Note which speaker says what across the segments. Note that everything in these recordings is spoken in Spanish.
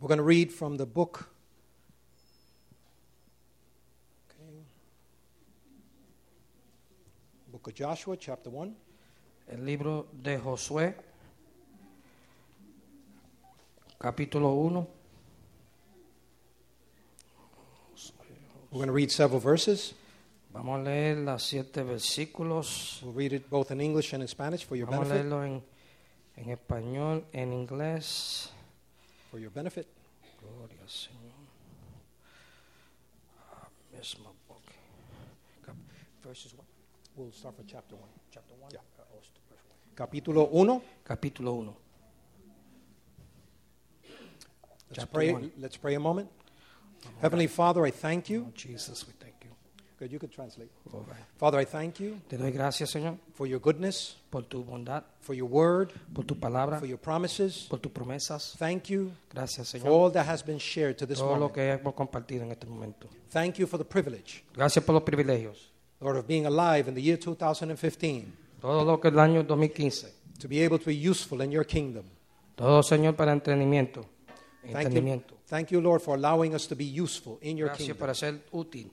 Speaker 1: We're going to read from the book. Okay. Book of Joshua, chapter 1.
Speaker 2: El libro de Josué, capítulo 1.
Speaker 1: We're going to read several verses.
Speaker 2: Vamos a leer los siete versículos.
Speaker 1: We'll read it both in English and in Spanish for your
Speaker 2: Vamos a
Speaker 1: benefit.
Speaker 2: leerlo en, en español, en inglés.
Speaker 1: For your benefit.
Speaker 2: Gloria al Señor. Ah, Mismo book. Cap- verses what?
Speaker 1: We'll start from chapter 1.
Speaker 2: Chapter one? Uh, oh, it's the first
Speaker 1: Capítulo
Speaker 2: one.
Speaker 1: 1.
Speaker 2: Capítulo 1.
Speaker 1: Let's
Speaker 2: Chapter
Speaker 1: pray,
Speaker 2: one.
Speaker 1: let's pray a moment. Heavenly Father, I thank you.
Speaker 2: Oh, Jesus, we thank you.
Speaker 1: Good, you could translate.
Speaker 2: All right.
Speaker 1: Father, I thank you
Speaker 2: Te doy gracias, Señor,
Speaker 1: for your goodness,
Speaker 2: por tu bondad,
Speaker 1: for your word,
Speaker 2: por tu palabra,
Speaker 1: for your promises.
Speaker 2: por tus promesas.
Speaker 1: Thank you
Speaker 2: Gracias,
Speaker 1: for
Speaker 2: Señor,
Speaker 1: all that has been shared to this
Speaker 2: todo lo
Speaker 1: moment.
Speaker 2: que hemos compartido en este momento.
Speaker 1: Thank you for the privilege,
Speaker 2: Gracias por los privilegios.
Speaker 1: Lord, of being alive in the year 2015,
Speaker 2: Todo lo que el año 2015.
Speaker 1: to be able to be useful in your kingdom.
Speaker 2: Todo, Señor, para entendimiento.
Speaker 1: Thank you,
Speaker 2: Entendimiento.
Speaker 1: thank you, Lord, for allowing us to be useful in your
Speaker 2: Gracias
Speaker 1: kingdom.
Speaker 2: para ser útil.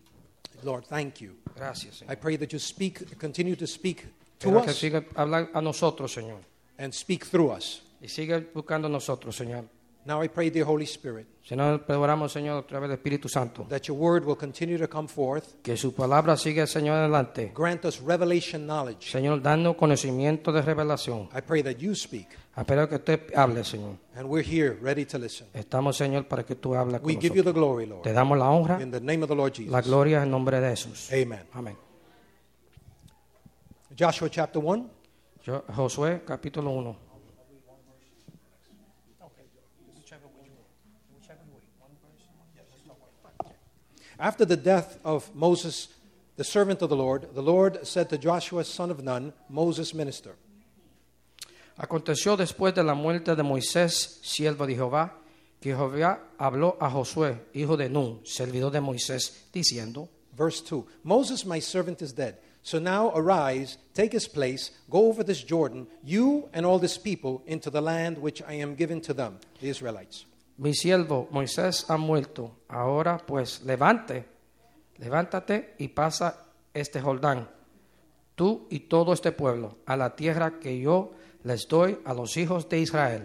Speaker 1: Lord, thank you.
Speaker 2: Gracias,
Speaker 1: I
Speaker 2: Señor.
Speaker 1: pray that you speak, continue to speak to
Speaker 2: Pero que
Speaker 1: us
Speaker 2: siga hablando a nosotros, Señor.
Speaker 1: and speak through us.
Speaker 2: Y siga buscando a nosotros, Señor.
Speaker 1: Now I pray, dear Holy Spirit,
Speaker 2: Si no, pues, oramos, Señor, a través del Espíritu Santo.
Speaker 1: that your word will continue to come forth.
Speaker 2: Que su palabra siga, Señor, adelante.
Speaker 1: Grant us revelation knowledge.
Speaker 2: Señor, dando conocimiento de revelación.
Speaker 1: I pray that you speak,
Speaker 2: Espero que usted hable, Señor.
Speaker 1: and we're here ready to listen.
Speaker 2: Estamos, Señor, para que tú hables con
Speaker 1: We give you
Speaker 2: nosotros.
Speaker 1: the glory,
Speaker 2: Te
Speaker 1: Lord.
Speaker 2: damos la honra,
Speaker 1: In the name of the Lord
Speaker 2: la
Speaker 1: Jesus.
Speaker 2: gloria en nombre de Jesús.
Speaker 1: Amen.
Speaker 2: Amén.
Speaker 1: Joshua chapter 1.
Speaker 2: Yo- Josué, capítulo 1.
Speaker 1: After the death of Moses, the servant of the Lord, the Lord said to Joshua, son of Nun, Moses' minister,
Speaker 2: Aconteció después de la muerte de Moisés, siervo de Jehová, que Jehová habló a Josué, hijo de Nun, servidor de Moisés, diciendo,
Speaker 1: verse 2 Moses, my servant, is dead. So now arise, take his place, go over this Jordan, you and all this people, into the land which I am giving to them, the Israelites.
Speaker 2: Mi siervo Moisés ha muerto. Ahora pues levante, levántate y pasa este Jordán, tú y todo este pueblo, a la tierra que yo les doy a los hijos de Israel.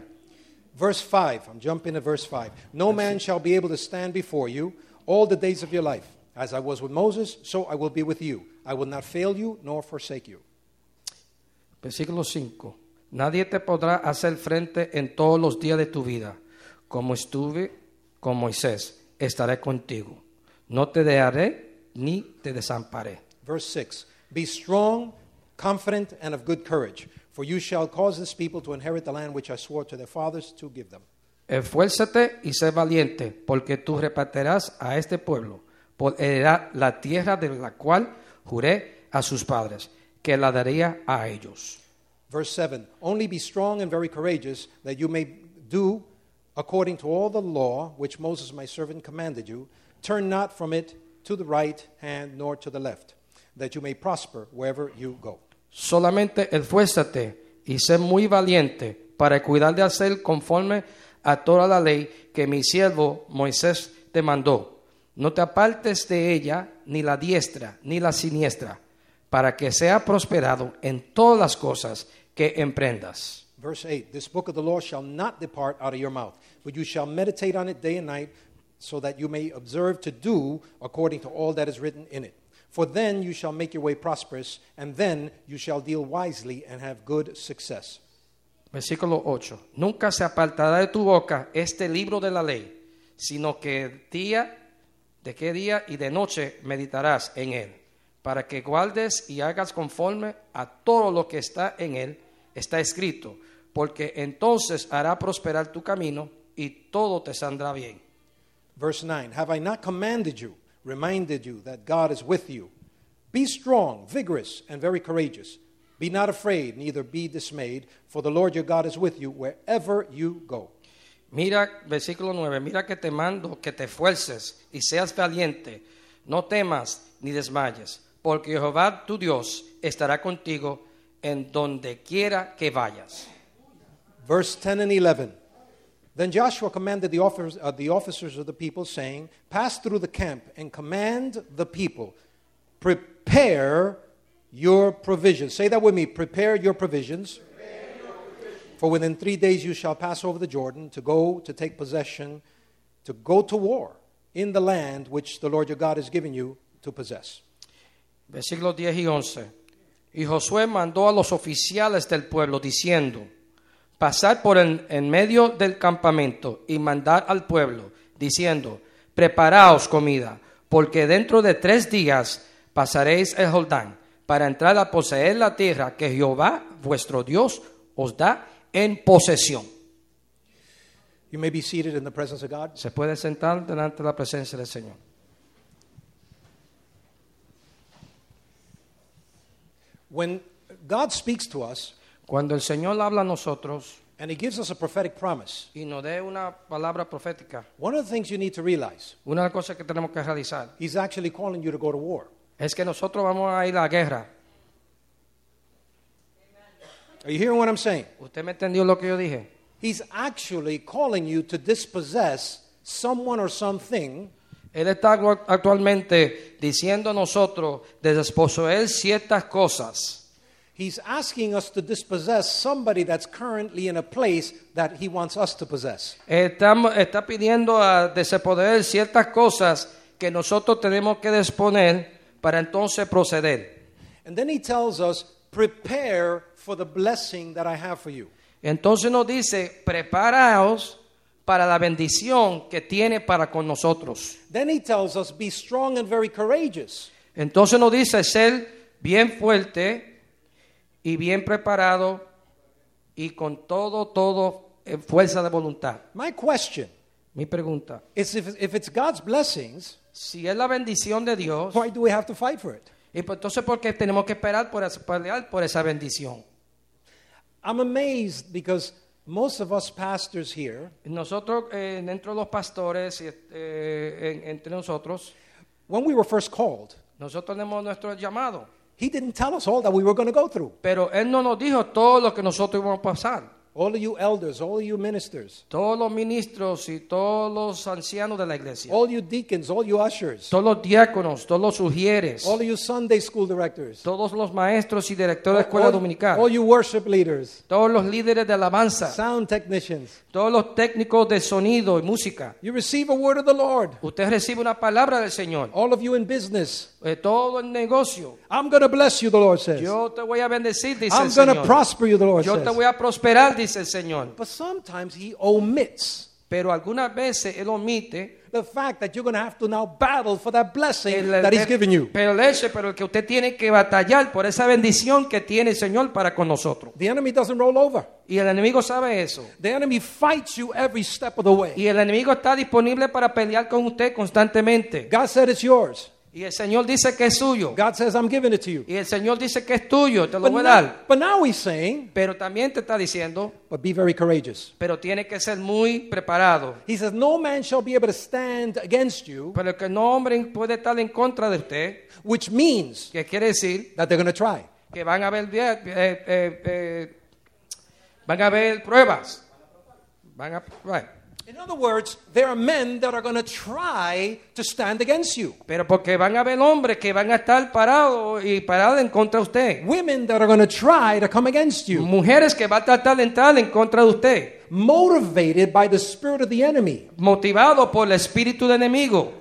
Speaker 1: Verse 5, I'm jumping to verse 5. No man shall be able to stand before you all the days of your life. As I was with Moses, so I will be with you. I will not fail you nor forsake you.
Speaker 2: Versículo 5. Nadie te podrá hacer frente en todos los días de tu vida. Como estuve con Moisés, estaré contigo. No te dejaré ni te desamparé.
Speaker 1: Verse 6 Be strong, confident, and of good courage, for you shall cause this people to inherit the land which I swore to their fathers to give them.
Speaker 2: Esfuérzate y sé valiente, porque tú repartirás a este pueblo por heredad la tierra de la cual juré a sus padres, que la daría a ellos.
Speaker 1: Verse 7 Only be strong and very courageous, that you may do according to all the law which Moses my servant commanded you. Turn not from it to the right hand nor to the left, that you may prosper wherever you go.
Speaker 2: Solamente esfuérzate y sé muy valiente para cuidar de hacer conforme a toda la ley que mi siervo Moisés te mandó. No te apartes de ella ni la diestra ni la siniestra, para que sea prosperado en todas las cosas que emprendas.
Speaker 1: Verse 8 This book of the law shall not depart out of your mouth, but you shall meditate on it day and night, so that you may observe to do according to all that is written in it. For then you shall make your way prosperous, and then you shall deal wisely and have good success.
Speaker 2: Versículo 8. Nunca se apartará de tu boca este libro de la ley, sino que día, de qué día y de noche meditarás en él, para que guardes y hagas conforme a todo lo que está en él, está escrito, porque entonces hará prosperar tu camino y todo te saldrá bien.
Speaker 1: Verse 9 Have I not commanded you, reminded you that God is with you? Be strong, vigorous, and very courageous. Be not afraid, neither be dismayed, for the Lord your God is with you wherever you go.
Speaker 2: Mira, versículo 9, mira que te mando que te esfuerces y seas valiente, no temas ni desmayes, porque Jehová tu Dios estará contigo en donde quiera que vayas.
Speaker 1: Verse 10 and 11. Then Joshua commanded the officers, uh, the officers of the people, saying, Pass through the camp and command the people, prepare your provisions. Say that with me prepare your provisions. For within three days you shall pass over the Jordan to go to take possession, to go to war in the land which the Lord your God has given you to possess.
Speaker 2: versículos 10 y 11. Y Josué mandó a los oficiales del pueblo diciendo, pasad por en, en medio del campamento y mandad al pueblo diciendo, preparaos comida, porque dentro de tres días pasaréis el Jordán para entrar a poseer la tierra que Jehová vuestro Dios os da en posesión.
Speaker 1: You may be seated in the presence of God.
Speaker 2: Se puede sentar delante de la presencia del Señor.
Speaker 1: When God speaks to us
Speaker 2: Cuando el Señor habla a nosotros
Speaker 1: and He gives us a prophetic promise,
Speaker 2: y nos dé una palabra profética,
Speaker 1: one of the things you need to realize,
Speaker 2: una de las cosas que tenemos que realizar
Speaker 1: He's actually calling you to go to war.
Speaker 2: es que nosotros vamos a ir a la guerra.
Speaker 1: Are you hearing what I'm saying?
Speaker 2: ¿Usted me entendió lo que yo dije?
Speaker 1: He's actually calling you to dispossess someone or something
Speaker 2: Él está actu- actualmente diciendo a nosotros de desposeer ciertas cosas.
Speaker 1: He's asking us to dispossess somebody that's currently in a place that he wants us to possess.
Speaker 2: Estamos- está pidiendo a desposeer ciertas cosas que nosotros tenemos que disponer para entonces proceder.
Speaker 1: And then he tells us, prepare for the blessing that I have for you.
Speaker 2: Entonces nos dice, preparaos para la bendición que tiene para con nosotros.
Speaker 1: Then he tells us, be strong and very courageous.
Speaker 2: Entonces nos dice ser bien fuerte y bien preparado y con todo, todo eh, fuerza de voluntad.
Speaker 1: My question
Speaker 2: Mi pregunta,
Speaker 1: is if, if it's God's blessings,
Speaker 2: si es la bendición de Dios,
Speaker 1: why do we have to fight for it?
Speaker 2: y pues entonces ¿por qué tenemos que esperar por esa, pelear por esa bendición?
Speaker 1: I'm amazed because most of us pastors here,
Speaker 2: Nosotros, eh, dentro de los pastores, y, eh, en- entre nosotros,
Speaker 1: when we were first called,
Speaker 2: nosotros tenemos nuestro llamado,
Speaker 1: he didn't tell us all that we were going to go through.
Speaker 2: pero Él no nos dijo todo lo que nosotros íbamos a pasar.
Speaker 1: All of you elders, all of you ministers,
Speaker 2: Todos los ministros y todos los ancianos de la iglesia.
Speaker 1: all you deacons, all you ushers,
Speaker 2: todos los diáconos, todos los sugieres,
Speaker 1: All of you Sunday school directors.
Speaker 2: todos los maestros y directores de escuela
Speaker 1: all,
Speaker 2: dominical,
Speaker 1: all you worship leaders.
Speaker 2: todos los líderes de alabanza,
Speaker 1: Sound technicians.
Speaker 2: todos los técnicos de sonido y música.
Speaker 1: You receive a word of the Lord.
Speaker 2: Usted recibe una palabra del Señor.
Speaker 1: All of you in business.
Speaker 2: Eh, todo el negocio.
Speaker 1: I'm going to bless you, the Lord says.
Speaker 2: Yo te voy a bendecir, dice
Speaker 1: I'm
Speaker 2: el
Speaker 1: going to
Speaker 2: Señor.
Speaker 1: prosper you, the Lord
Speaker 2: Yo
Speaker 1: says.
Speaker 2: te voy a prosperar, dice el Señor.
Speaker 1: But sometimes he omits
Speaker 2: Pero algunas veces Él omite.
Speaker 1: the fact that you're going to have to now battle for that blessing
Speaker 2: el-
Speaker 1: that he's given you.
Speaker 2: Pero el hecho, pero el que usted tiene que batallar por esa bendición que tiene el Señor para con nosotros.
Speaker 1: The enemy doesn't roll over.
Speaker 2: Y el enemigo sabe eso.
Speaker 1: The enemy fights you every step of the way.
Speaker 2: Y el enemigo está disponible para pelear con usted constantemente.
Speaker 1: God said it's yours.
Speaker 2: Y el Señor dice que es suyo.
Speaker 1: God says I'm giving it to you.
Speaker 2: Y el Señor dice que es tuyo, te lo
Speaker 1: But
Speaker 2: voy a
Speaker 1: now,
Speaker 2: dar.
Speaker 1: but now he's saying,
Speaker 2: Pero también te está diciendo,
Speaker 1: but be very courageous.
Speaker 2: pero tiene que ser muy preparado.
Speaker 1: He says, No man shall be able to stand against you,
Speaker 2: Pero que no hombre puede estar en contra de usted,
Speaker 1: which means
Speaker 2: que quiere decir
Speaker 1: that they're going to try.
Speaker 2: que van a haber, eh, eh, eh, van a haber pruebas. Van a, right.
Speaker 1: In other words, there are men that are going to try to stand against you,
Speaker 2: Pero porque van a haber hombres que van a estar parados y parados en contra de usted.
Speaker 1: women that are going to try to come against you,
Speaker 2: Mujeres que van a tratar de entrar en contra de usted.
Speaker 1: motivated by the spirit of the enemy.
Speaker 2: motivado por el espíritu del enemigo.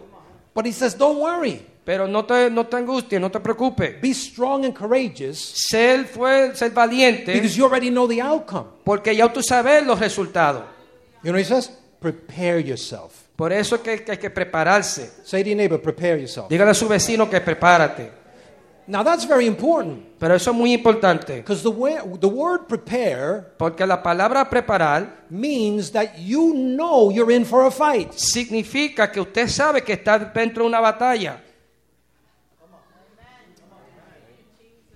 Speaker 1: But he says, Don't worry,
Speaker 2: Pero no te, no te angusties, no te preocupes.
Speaker 1: be strong and courageous
Speaker 2: Ser, fue, ser valiente
Speaker 1: because you already know the outcome.
Speaker 2: porque ya tú sabes los resultados.
Speaker 1: You know what he says? Prepare yourself.
Speaker 2: Por eso es que, que hay que prepararse.
Speaker 1: Say to your neighbor, prepare yourself.
Speaker 2: Dígale a su vecino que prepárate.
Speaker 1: Now that's very important
Speaker 2: Pero eso es muy importante
Speaker 1: because the, way, the word prepare
Speaker 2: porque la palabra preparar
Speaker 1: means that you know you're in for a fight.
Speaker 2: significa que usted sabe que está dentro de una batalla.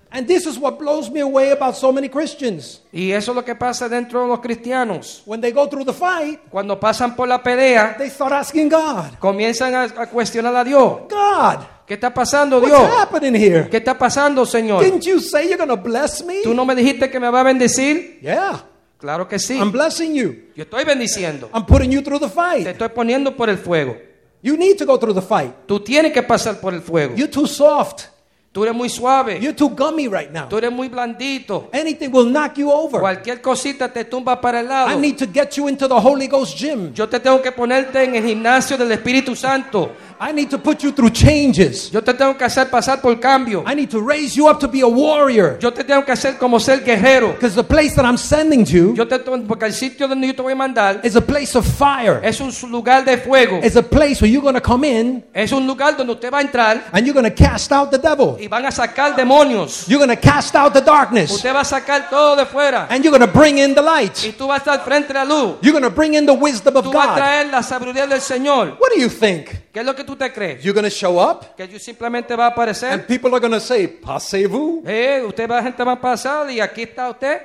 Speaker 1: And this is what blows me away about so many Christians.
Speaker 2: Y eso es lo que pasa dentro de los cristianos.
Speaker 1: When they go through the fight,
Speaker 2: Cuando pasan por la pelea,
Speaker 1: they start asking God,
Speaker 2: comienzan a, a cuestionar a Dios.
Speaker 1: God,
Speaker 2: ¿Qué está pasando,
Speaker 1: what's
Speaker 2: Dios?
Speaker 1: happening here?
Speaker 2: ¿Qué está pasando, Señor?
Speaker 1: Didn't you say you're going to bless me?
Speaker 2: ¿Tú no me dijiste que me va a bendecir?
Speaker 1: Yeah.
Speaker 2: Claro que sí.
Speaker 1: I'm blessing you.
Speaker 2: Yo estoy bendiciendo.
Speaker 1: I'm putting you through the
Speaker 2: Te
Speaker 1: fight.
Speaker 2: estoy poniendo por el fuego.
Speaker 1: You need to go through the fight.
Speaker 2: Tú tienes que pasar por el fuego.
Speaker 1: You're too soft.
Speaker 2: Tú eres muy suave.
Speaker 1: You're too gummy right now.
Speaker 2: Tú eres muy blandito.
Speaker 1: Anything will knock you over.
Speaker 2: Cualquier cosita te tumba para el
Speaker 1: I
Speaker 2: lado.
Speaker 1: need to get you into the Holy Ghost gym.
Speaker 2: Yo te tengo que ponerte en el gimnasio del Espíritu Santo.
Speaker 1: I need to put you through changes.
Speaker 2: Yo te tengo que hacer pasar por cambio.
Speaker 1: I need to raise you up to be a warrior.
Speaker 2: Yo te tengo que hacer como ser guerrero.
Speaker 1: Because the place that I'm sending to
Speaker 2: Yo te tengo- porque el sitio donde yo te voy a mandar
Speaker 1: is a place of fire.
Speaker 2: es un lugar de fuego.
Speaker 1: It's a place where you're going to come in
Speaker 2: Es un lugar donde usted va a entrar
Speaker 1: and you're going to cast out the devil.
Speaker 2: y van a sacar demonios.
Speaker 1: You're going to cast out the darkness
Speaker 2: Usted va a sacar todo de fuera
Speaker 1: and you're going to bring in the light.
Speaker 2: y tú vas a estar frente a la luz.
Speaker 1: You're going to bring in the wisdom of
Speaker 2: Tú vas a
Speaker 1: God.
Speaker 2: traer la sabiduría del Señor.
Speaker 1: What do you think?
Speaker 2: ¿Qué es lo que tú te crees?
Speaker 1: You're going to show up
Speaker 2: Que yo simplemente va a aparecer.
Speaker 1: and people are going to say, Passez-vous?
Speaker 2: Eh, usted va, gente va a pasar y aquí está usted.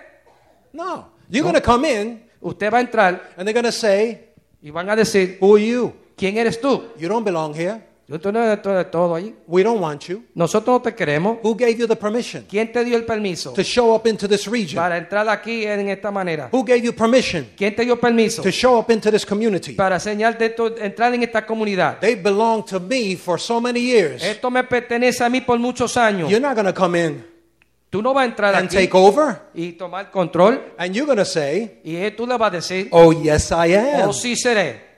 Speaker 1: No. You're going to come in
Speaker 2: Usted va a entrar
Speaker 1: and they're going to say,
Speaker 2: y van a decir,
Speaker 1: Who are you?
Speaker 2: ¿quién eres tú?
Speaker 1: You don't belong here.
Speaker 2: Yo estoy dentro de todo ahí.
Speaker 1: We don't want you.
Speaker 2: Nosotros no te queremos.
Speaker 1: Who gave you the permission
Speaker 2: ¿Quién te dio el permiso
Speaker 1: to show up into this region?
Speaker 2: para entrar aquí en esta manera?
Speaker 1: Who gave you permission
Speaker 2: ¿Quién te dio permiso
Speaker 1: to show up into this community?
Speaker 2: para señal de esto- entrar en esta comunidad?
Speaker 1: They belong to me for so many years.
Speaker 2: Esto me pertenece a mí por muchos años.
Speaker 1: You're not going to come in
Speaker 2: Tú no vas a entrar
Speaker 1: and
Speaker 2: aquí
Speaker 1: take over,
Speaker 2: y tomar control
Speaker 1: and you're going to say,
Speaker 2: y eh, tú le vas a decir,
Speaker 1: Oh, yes, I am.
Speaker 2: oh sí seré.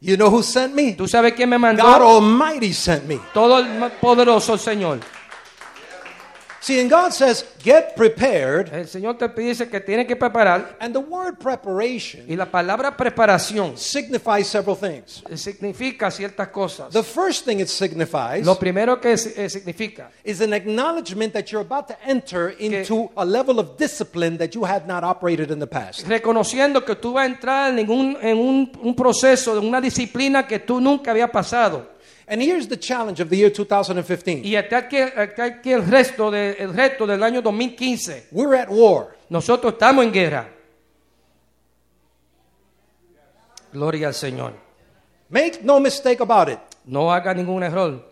Speaker 1: You know who sent me?
Speaker 2: ¿Tú sabes quién me
Speaker 1: God
Speaker 2: mandó?
Speaker 1: Almighty sent me.
Speaker 2: Todo el poderoso Señor.
Speaker 1: See, and God says, Get prepared.
Speaker 2: El Señor te dice que tienes que preparar
Speaker 1: And the word preparation
Speaker 2: y la palabra preparación
Speaker 1: signifies several things.
Speaker 2: significa ciertas cosas.
Speaker 1: The first thing it signifies
Speaker 2: Lo primero que es- eh, significa
Speaker 1: is an acknowledgement that you're about to enter into a level of discipline that you had not operated in the past.
Speaker 2: reconociendo que tú vas a entrar en un, en un, un proceso, de una disciplina que tú nunca había pasado.
Speaker 1: And here's the challenge of the year 2015.
Speaker 2: Y hasta aquí, hasta aquí el, resto de- el resto del año 2015,
Speaker 1: We're at war.
Speaker 2: nosotros estamos en guerra. Gloria al Señor.
Speaker 1: Make no mistake about it.
Speaker 2: No haga ningún error.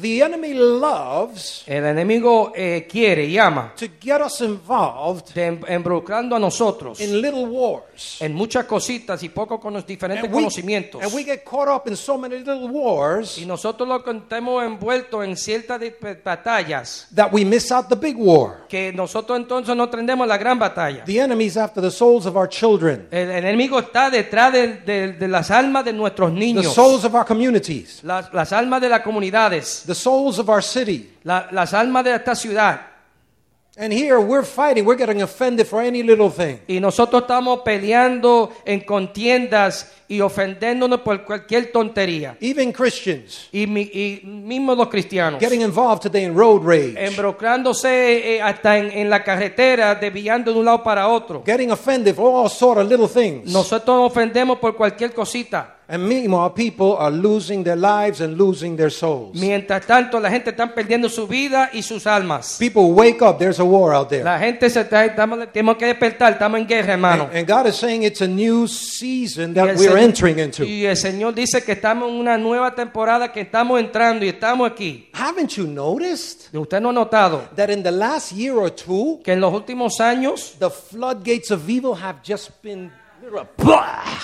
Speaker 1: The enemy loves
Speaker 2: El enemigo eh, quiere y ama,
Speaker 1: to get us involved
Speaker 2: de- involucrando a nosotros
Speaker 1: in little wars.
Speaker 2: en muchas cositas y poco con los diferentes
Speaker 1: we,
Speaker 2: conocimientos.
Speaker 1: and we get caught up in so many little
Speaker 2: Y
Speaker 1: wars
Speaker 2: nosotros lo que estamos envueltos en ciertas di- batallas
Speaker 1: that we miss out the big war.
Speaker 2: que nosotros entonces no tendremos la gran batalla.
Speaker 1: The enemy's after the souls of our children,
Speaker 2: El enemigo está detrás de, de- de las almas de nuestros
Speaker 1: the
Speaker 2: niños,
Speaker 1: souls of our communities,
Speaker 2: las, las almas de las comunidades,
Speaker 1: the souls of our city.
Speaker 2: la- las almas de esta ciudad.
Speaker 1: And here we're fighting, we're getting offended for any little thing.
Speaker 2: Y nosotros estamos peleando en contiendas y ofendiéndonos por cualquier tontería.
Speaker 1: Even Christians
Speaker 2: Y, mi- y mismo los cristianos,
Speaker 1: getting involved today in road rage,
Speaker 2: embrocándose eh, hasta en, en la carretera, desviando de un lado para otro.
Speaker 1: getting offended for all sort of little things.
Speaker 2: Nosotros nos ofendemos por cualquier cosita.
Speaker 1: And meanwhile, people are losing their lives and losing their souls.
Speaker 2: Mientras tanto, la gente está perdiendo su vida y sus almas.
Speaker 1: People wake up, there's a war out there.
Speaker 2: La gente se está, estamos, tenemos que despertar, estamos en guerra, hermano.
Speaker 1: And, and God is saying it's a new season
Speaker 2: Y
Speaker 1: that
Speaker 2: el
Speaker 1: we're
Speaker 2: Señor-
Speaker 1: entering into.
Speaker 2: Y el Señor dice que estamos en una nueva temporada que estamos entrando y estamos aquí.
Speaker 1: Haven't you noticed
Speaker 2: Y Usted no ha notado
Speaker 1: that in the last year or two,
Speaker 2: que en los últimos años
Speaker 1: the floodgates of evil have just been lit up?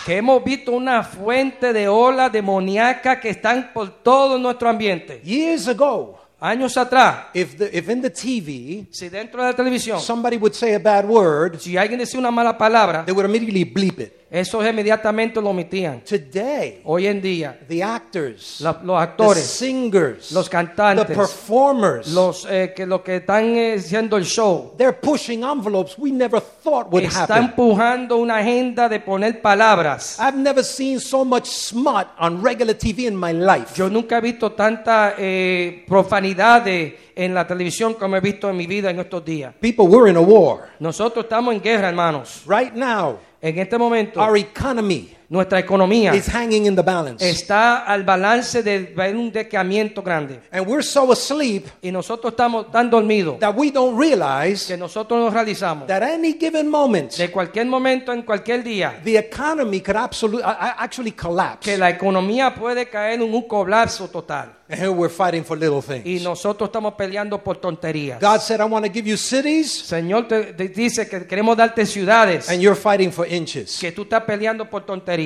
Speaker 2: que hemos visto una fuente de ola demoníaca que están por todo nuestro ambiente.
Speaker 1: Years ago,
Speaker 2: Años atrás,
Speaker 1: if, the, if in the TV
Speaker 2: si dentro de la televisión,
Speaker 1: somebody would say a bad word,
Speaker 2: si alguien decía una mala palabra,
Speaker 1: they would immediately bleep it.
Speaker 2: esos inmediatamente lo omitían.
Speaker 1: Today,
Speaker 2: Hoy en día,
Speaker 1: the actors,
Speaker 2: la- los
Speaker 1: the
Speaker 2: actores
Speaker 1: singers,
Speaker 2: los cantantes,
Speaker 1: the performers,
Speaker 2: los eh, que lo que están eh, haciendo el show
Speaker 1: they're pushing envelopes we never thought would
Speaker 2: está
Speaker 1: happen.
Speaker 2: empujando una agenda de poner palabras.
Speaker 1: I've never seen so much smut on regular TV in my life.
Speaker 2: Yo nunca he visto tanta eh, profanidades en la televisión como he visto en mi vida en estos días.
Speaker 1: People, we're in a war.
Speaker 2: Nosotros estamos en guerra, hermanos.
Speaker 1: Right now,
Speaker 2: En este momento,
Speaker 1: our economy
Speaker 2: Nuestra economía
Speaker 1: is hanging in the balance.
Speaker 2: está al balance de de un decaimiento grande.
Speaker 1: and we're so asleep
Speaker 2: Y nosotros estamos tan dormidos
Speaker 1: that we don't realize
Speaker 2: que nosotros nos realizamos.
Speaker 1: that any given moment,
Speaker 2: De cualquier momento, en cualquier día,
Speaker 1: the economy could absolutely, actually collapse.
Speaker 2: que la economía puede caer en un colapso total.
Speaker 1: and we're fighting for little things.
Speaker 2: Y nosotros estamos peleando por tonterías.
Speaker 1: God said, I want to give you cities,
Speaker 2: Señor te, te dice que queremos darte ciudades
Speaker 1: and you're fighting for inches.
Speaker 2: que tú estás peleando por tonterías.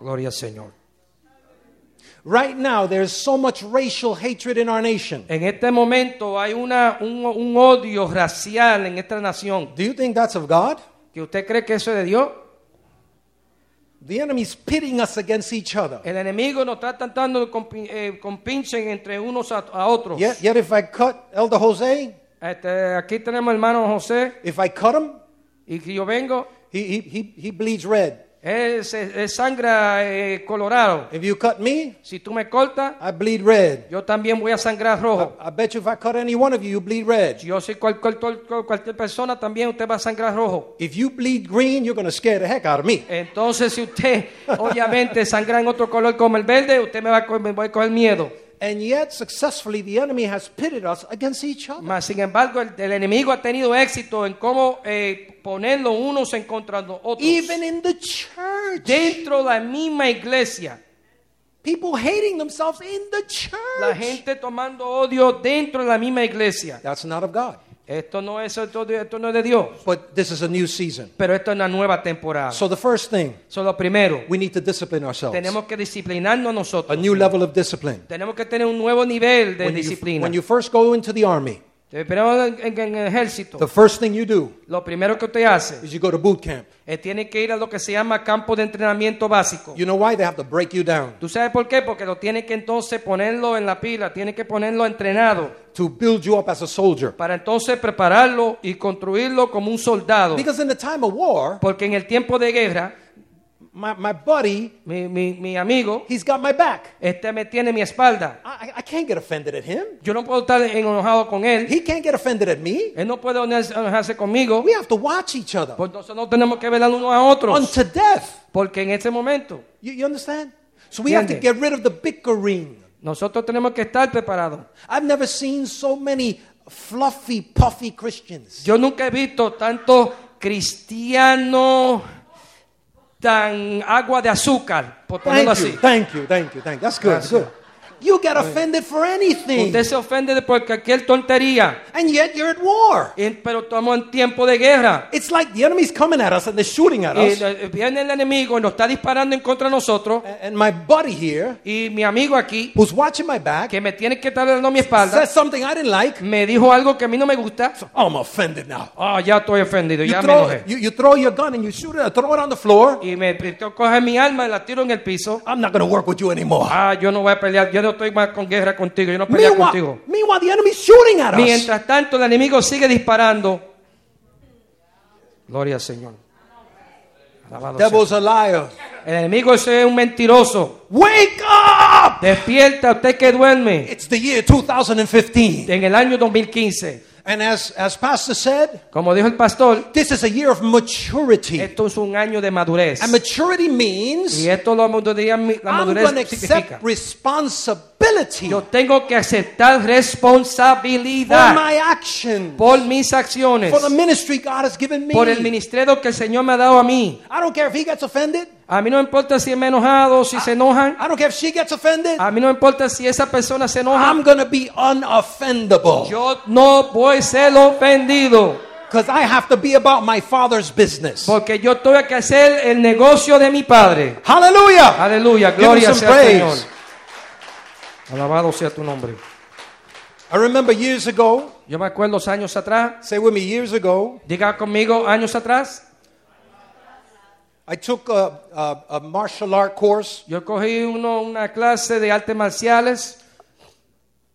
Speaker 2: Gloria al Señor.
Speaker 1: Right now, there's so much racial hatred in our nation.
Speaker 2: En este momento hay una, un, un odio racial en esta nación.
Speaker 1: Do you think that's of God?
Speaker 2: ¿Que usted cree que eso es de Dios?
Speaker 1: The enemy's pitting us against each other.
Speaker 2: El enemigo nos está tratando de compi- eh, con pinchen entre unos a, a otros.
Speaker 1: Yet, yet if I cut Elder Jose,
Speaker 2: Este, aquí tenemos hermano José
Speaker 1: if I cut him,
Speaker 2: y que yo vengo.
Speaker 1: he, he, he, he bleeds red.
Speaker 2: Él se- él sangra eh, colorado.
Speaker 1: If you cut me,
Speaker 2: Si tú me cortas,
Speaker 1: I bleed red.
Speaker 2: yo también voy a sangrar
Speaker 1: I,
Speaker 2: rojo.
Speaker 1: I bet you if I cut any one of you, you bleed red.
Speaker 2: Yo soy cual- cual- cual- cual- cualquier persona, también usted va a sangrar rojo.
Speaker 1: If you bleed green, you're going to scare the heck out of me.
Speaker 2: Entonces, si usted obviamente sangra en otro color como el verde, usted me va a, co- me va a coger miedo.
Speaker 1: And yet, successfully, the enemy has pitted us against each other.
Speaker 2: Mas, sin embargo, el, el enemigo ha tenido éxito en cómo eh, ponerlos unos en contra de los otros.
Speaker 1: Even in the church,
Speaker 2: Dentro de la misma iglesia,
Speaker 1: people hating themselves in the
Speaker 2: la
Speaker 1: church.
Speaker 2: gente tomando odio dentro de la misma iglesia.
Speaker 1: That's not of God.
Speaker 2: Esto no es, esto, esto no es de Dios,
Speaker 1: But this is a new season.
Speaker 2: pero esto es una nueva temporada.
Speaker 1: So, the first thing,
Speaker 2: Eso es lo primero.
Speaker 1: we need to discipline ourselves.
Speaker 2: Tenemos que disciplinarnos
Speaker 1: A
Speaker 2: nosotros.
Speaker 1: new level of discipline.
Speaker 2: Tenemos que tener un nuevo nivel de
Speaker 1: When you,
Speaker 2: disciplina.
Speaker 1: when you first go into the army,
Speaker 2: Pero en, en- en el ejército,
Speaker 1: the first thing you do
Speaker 2: lo primero que usted hace
Speaker 1: is you go to boot camp.
Speaker 2: es tiene que ir a lo que se llama campo de entrenamiento básico.
Speaker 1: You know why? They have to break you down
Speaker 2: ¿Tú sabes por qué? Porque lo tiene que entonces ponerlo en la pila, tiene que ponerlo entrenado
Speaker 1: to build you up as a soldier.
Speaker 2: para entonces prepararlo y construirlo como un soldado.
Speaker 1: Because in the time of war,
Speaker 2: Porque en el tiempo de guerra,
Speaker 1: my, my buddy,
Speaker 2: mi, mi- mi amigo,
Speaker 1: he's got my back.
Speaker 2: este me tiene mi espalda.
Speaker 1: I, I- I can't get offended at him.
Speaker 2: Yo no puedo estar enojado con él.
Speaker 1: He can't get offended at me.
Speaker 2: Él no puede enojarse conmigo.
Speaker 1: We have to watch each other
Speaker 2: Pues nosotros tenemos que velar unos a otros.
Speaker 1: unto death.
Speaker 2: Porque en ese momento
Speaker 1: You, you understand? So we have to
Speaker 2: Entiende.
Speaker 1: get rid of the bickering.
Speaker 2: nosotros tenemos que estar preparados.
Speaker 1: I've never seen so many fluffy, puffy Christians.
Speaker 2: Yo nunca he visto tanto cristiano tan agua de azúcar, por ponerlo
Speaker 1: Thank you,
Speaker 2: así.
Speaker 1: thank you, thank you, thank you. That's good, good. You get offended for anything,
Speaker 2: Usted se ofende de por cualquier tontería,
Speaker 1: and yet you're at war.
Speaker 2: y- pero estamos en tiempo de guerra.
Speaker 1: It's like the enemy's coming at us and they're shooting at
Speaker 2: Y
Speaker 1: us.
Speaker 2: eh, viene el enemigo y nos está disparando en contra de nosotros.
Speaker 1: And my buddy here,
Speaker 2: Y mi amigo aquí,
Speaker 1: who's watching my back,
Speaker 2: que me tiene que estar dando mi
Speaker 1: said
Speaker 2: espalda,
Speaker 1: something I didn't like.
Speaker 2: me dijo algo que a mí no me gusta.
Speaker 1: Oh, I'm offended now.
Speaker 2: Ah, ya estoy ofendido,
Speaker 1: You
Speaker 2: ya me
Speaker 1: throw,
Speaker 2: enojé.
Speaker 1: you, you throw your gun and you shoot it, or throw it on the floor.
Speaker 2: Y me yo coge mi alma y la tiro en el piso.
Speaker 1: I'm not going to work with you anymore.
Speaker 2: Ah, yo no voy a pelear, yo no estoy más con guerra contigo, yo no peleo contigo.
Speaker 1: Meanwhile, meanwhile, the enemy's shooting at us.
Speaker 2: Mientras tanto, el enemigo sigue disparando. Gloria al Señor. Alabado sea.
Speaker 1: Devil's a liar.
Speaker 2: El enemigo es un mentiroso.
Speaker 1: Wake up!
Speaker 2: Despierta usted que duerme
Speaker 1: It's the year 2015.
Speaker 2: en el año 2015.
Speaker 1: And as, as Pastor said,
Speaker 2: Como dijo el pastor,
Speaker 1: this is a year of maturity.
Speaker 2: esto es un año de madurez.
Speaker 1: And maturity
Speaker 2: Y
Speaker 1: means
Speaker 2: esto lo madurez, la
Speaker 1: I'm going to
Speaker 2: madurez significa.
Speaker 1: accept responsibility
Speaker 2: Yo
Speaker 1: for
Speaker 2: tengo que aceptar responsabilidad
Speaker 1: my actions,
Speaker 2: por mis acciones,
Speaker 1: for the ministry God has given me.
Speaker 2: por el ministerio que el Señor me ha dado a mí.
Speaker 1: I don't care if he gets offended.
Speaker 2: A mí no me importa si me he enojado, si se enojan.
Speaker 1: I don't care if she gets offended.
Speaker 2: A mí no me importa si esa persona se enoja.
Speaker 1: I'm going to be unoffendable
Speaker 2: Yo no voy a ser ofendido.
Speaker 1: because I have to be about my father's business.
Speaker 2: Porque yo tengo que hacer el negocio de mi padre.
Speaker 1: Hallelujah.
Speaker 2: Aleluya,
Speaker 1: Give him
Speaker 2: gloria
Speaker 1: some
Speaker 2: sea al Señor.
Speaker 1: praise.
Speaker 2: Alabado sea tu nombre.
Speaker 1: I remember years ago,
Speaker 2: Yo me acuerdo los años atrás.
Speaker 1: say with me, years ago,
Speaker 2: Diga conmigo, años atrás.
Speaker 1: I took a, a, a martial art course.
Speaker 2: Yo cogí uno, una clase de artes marciales.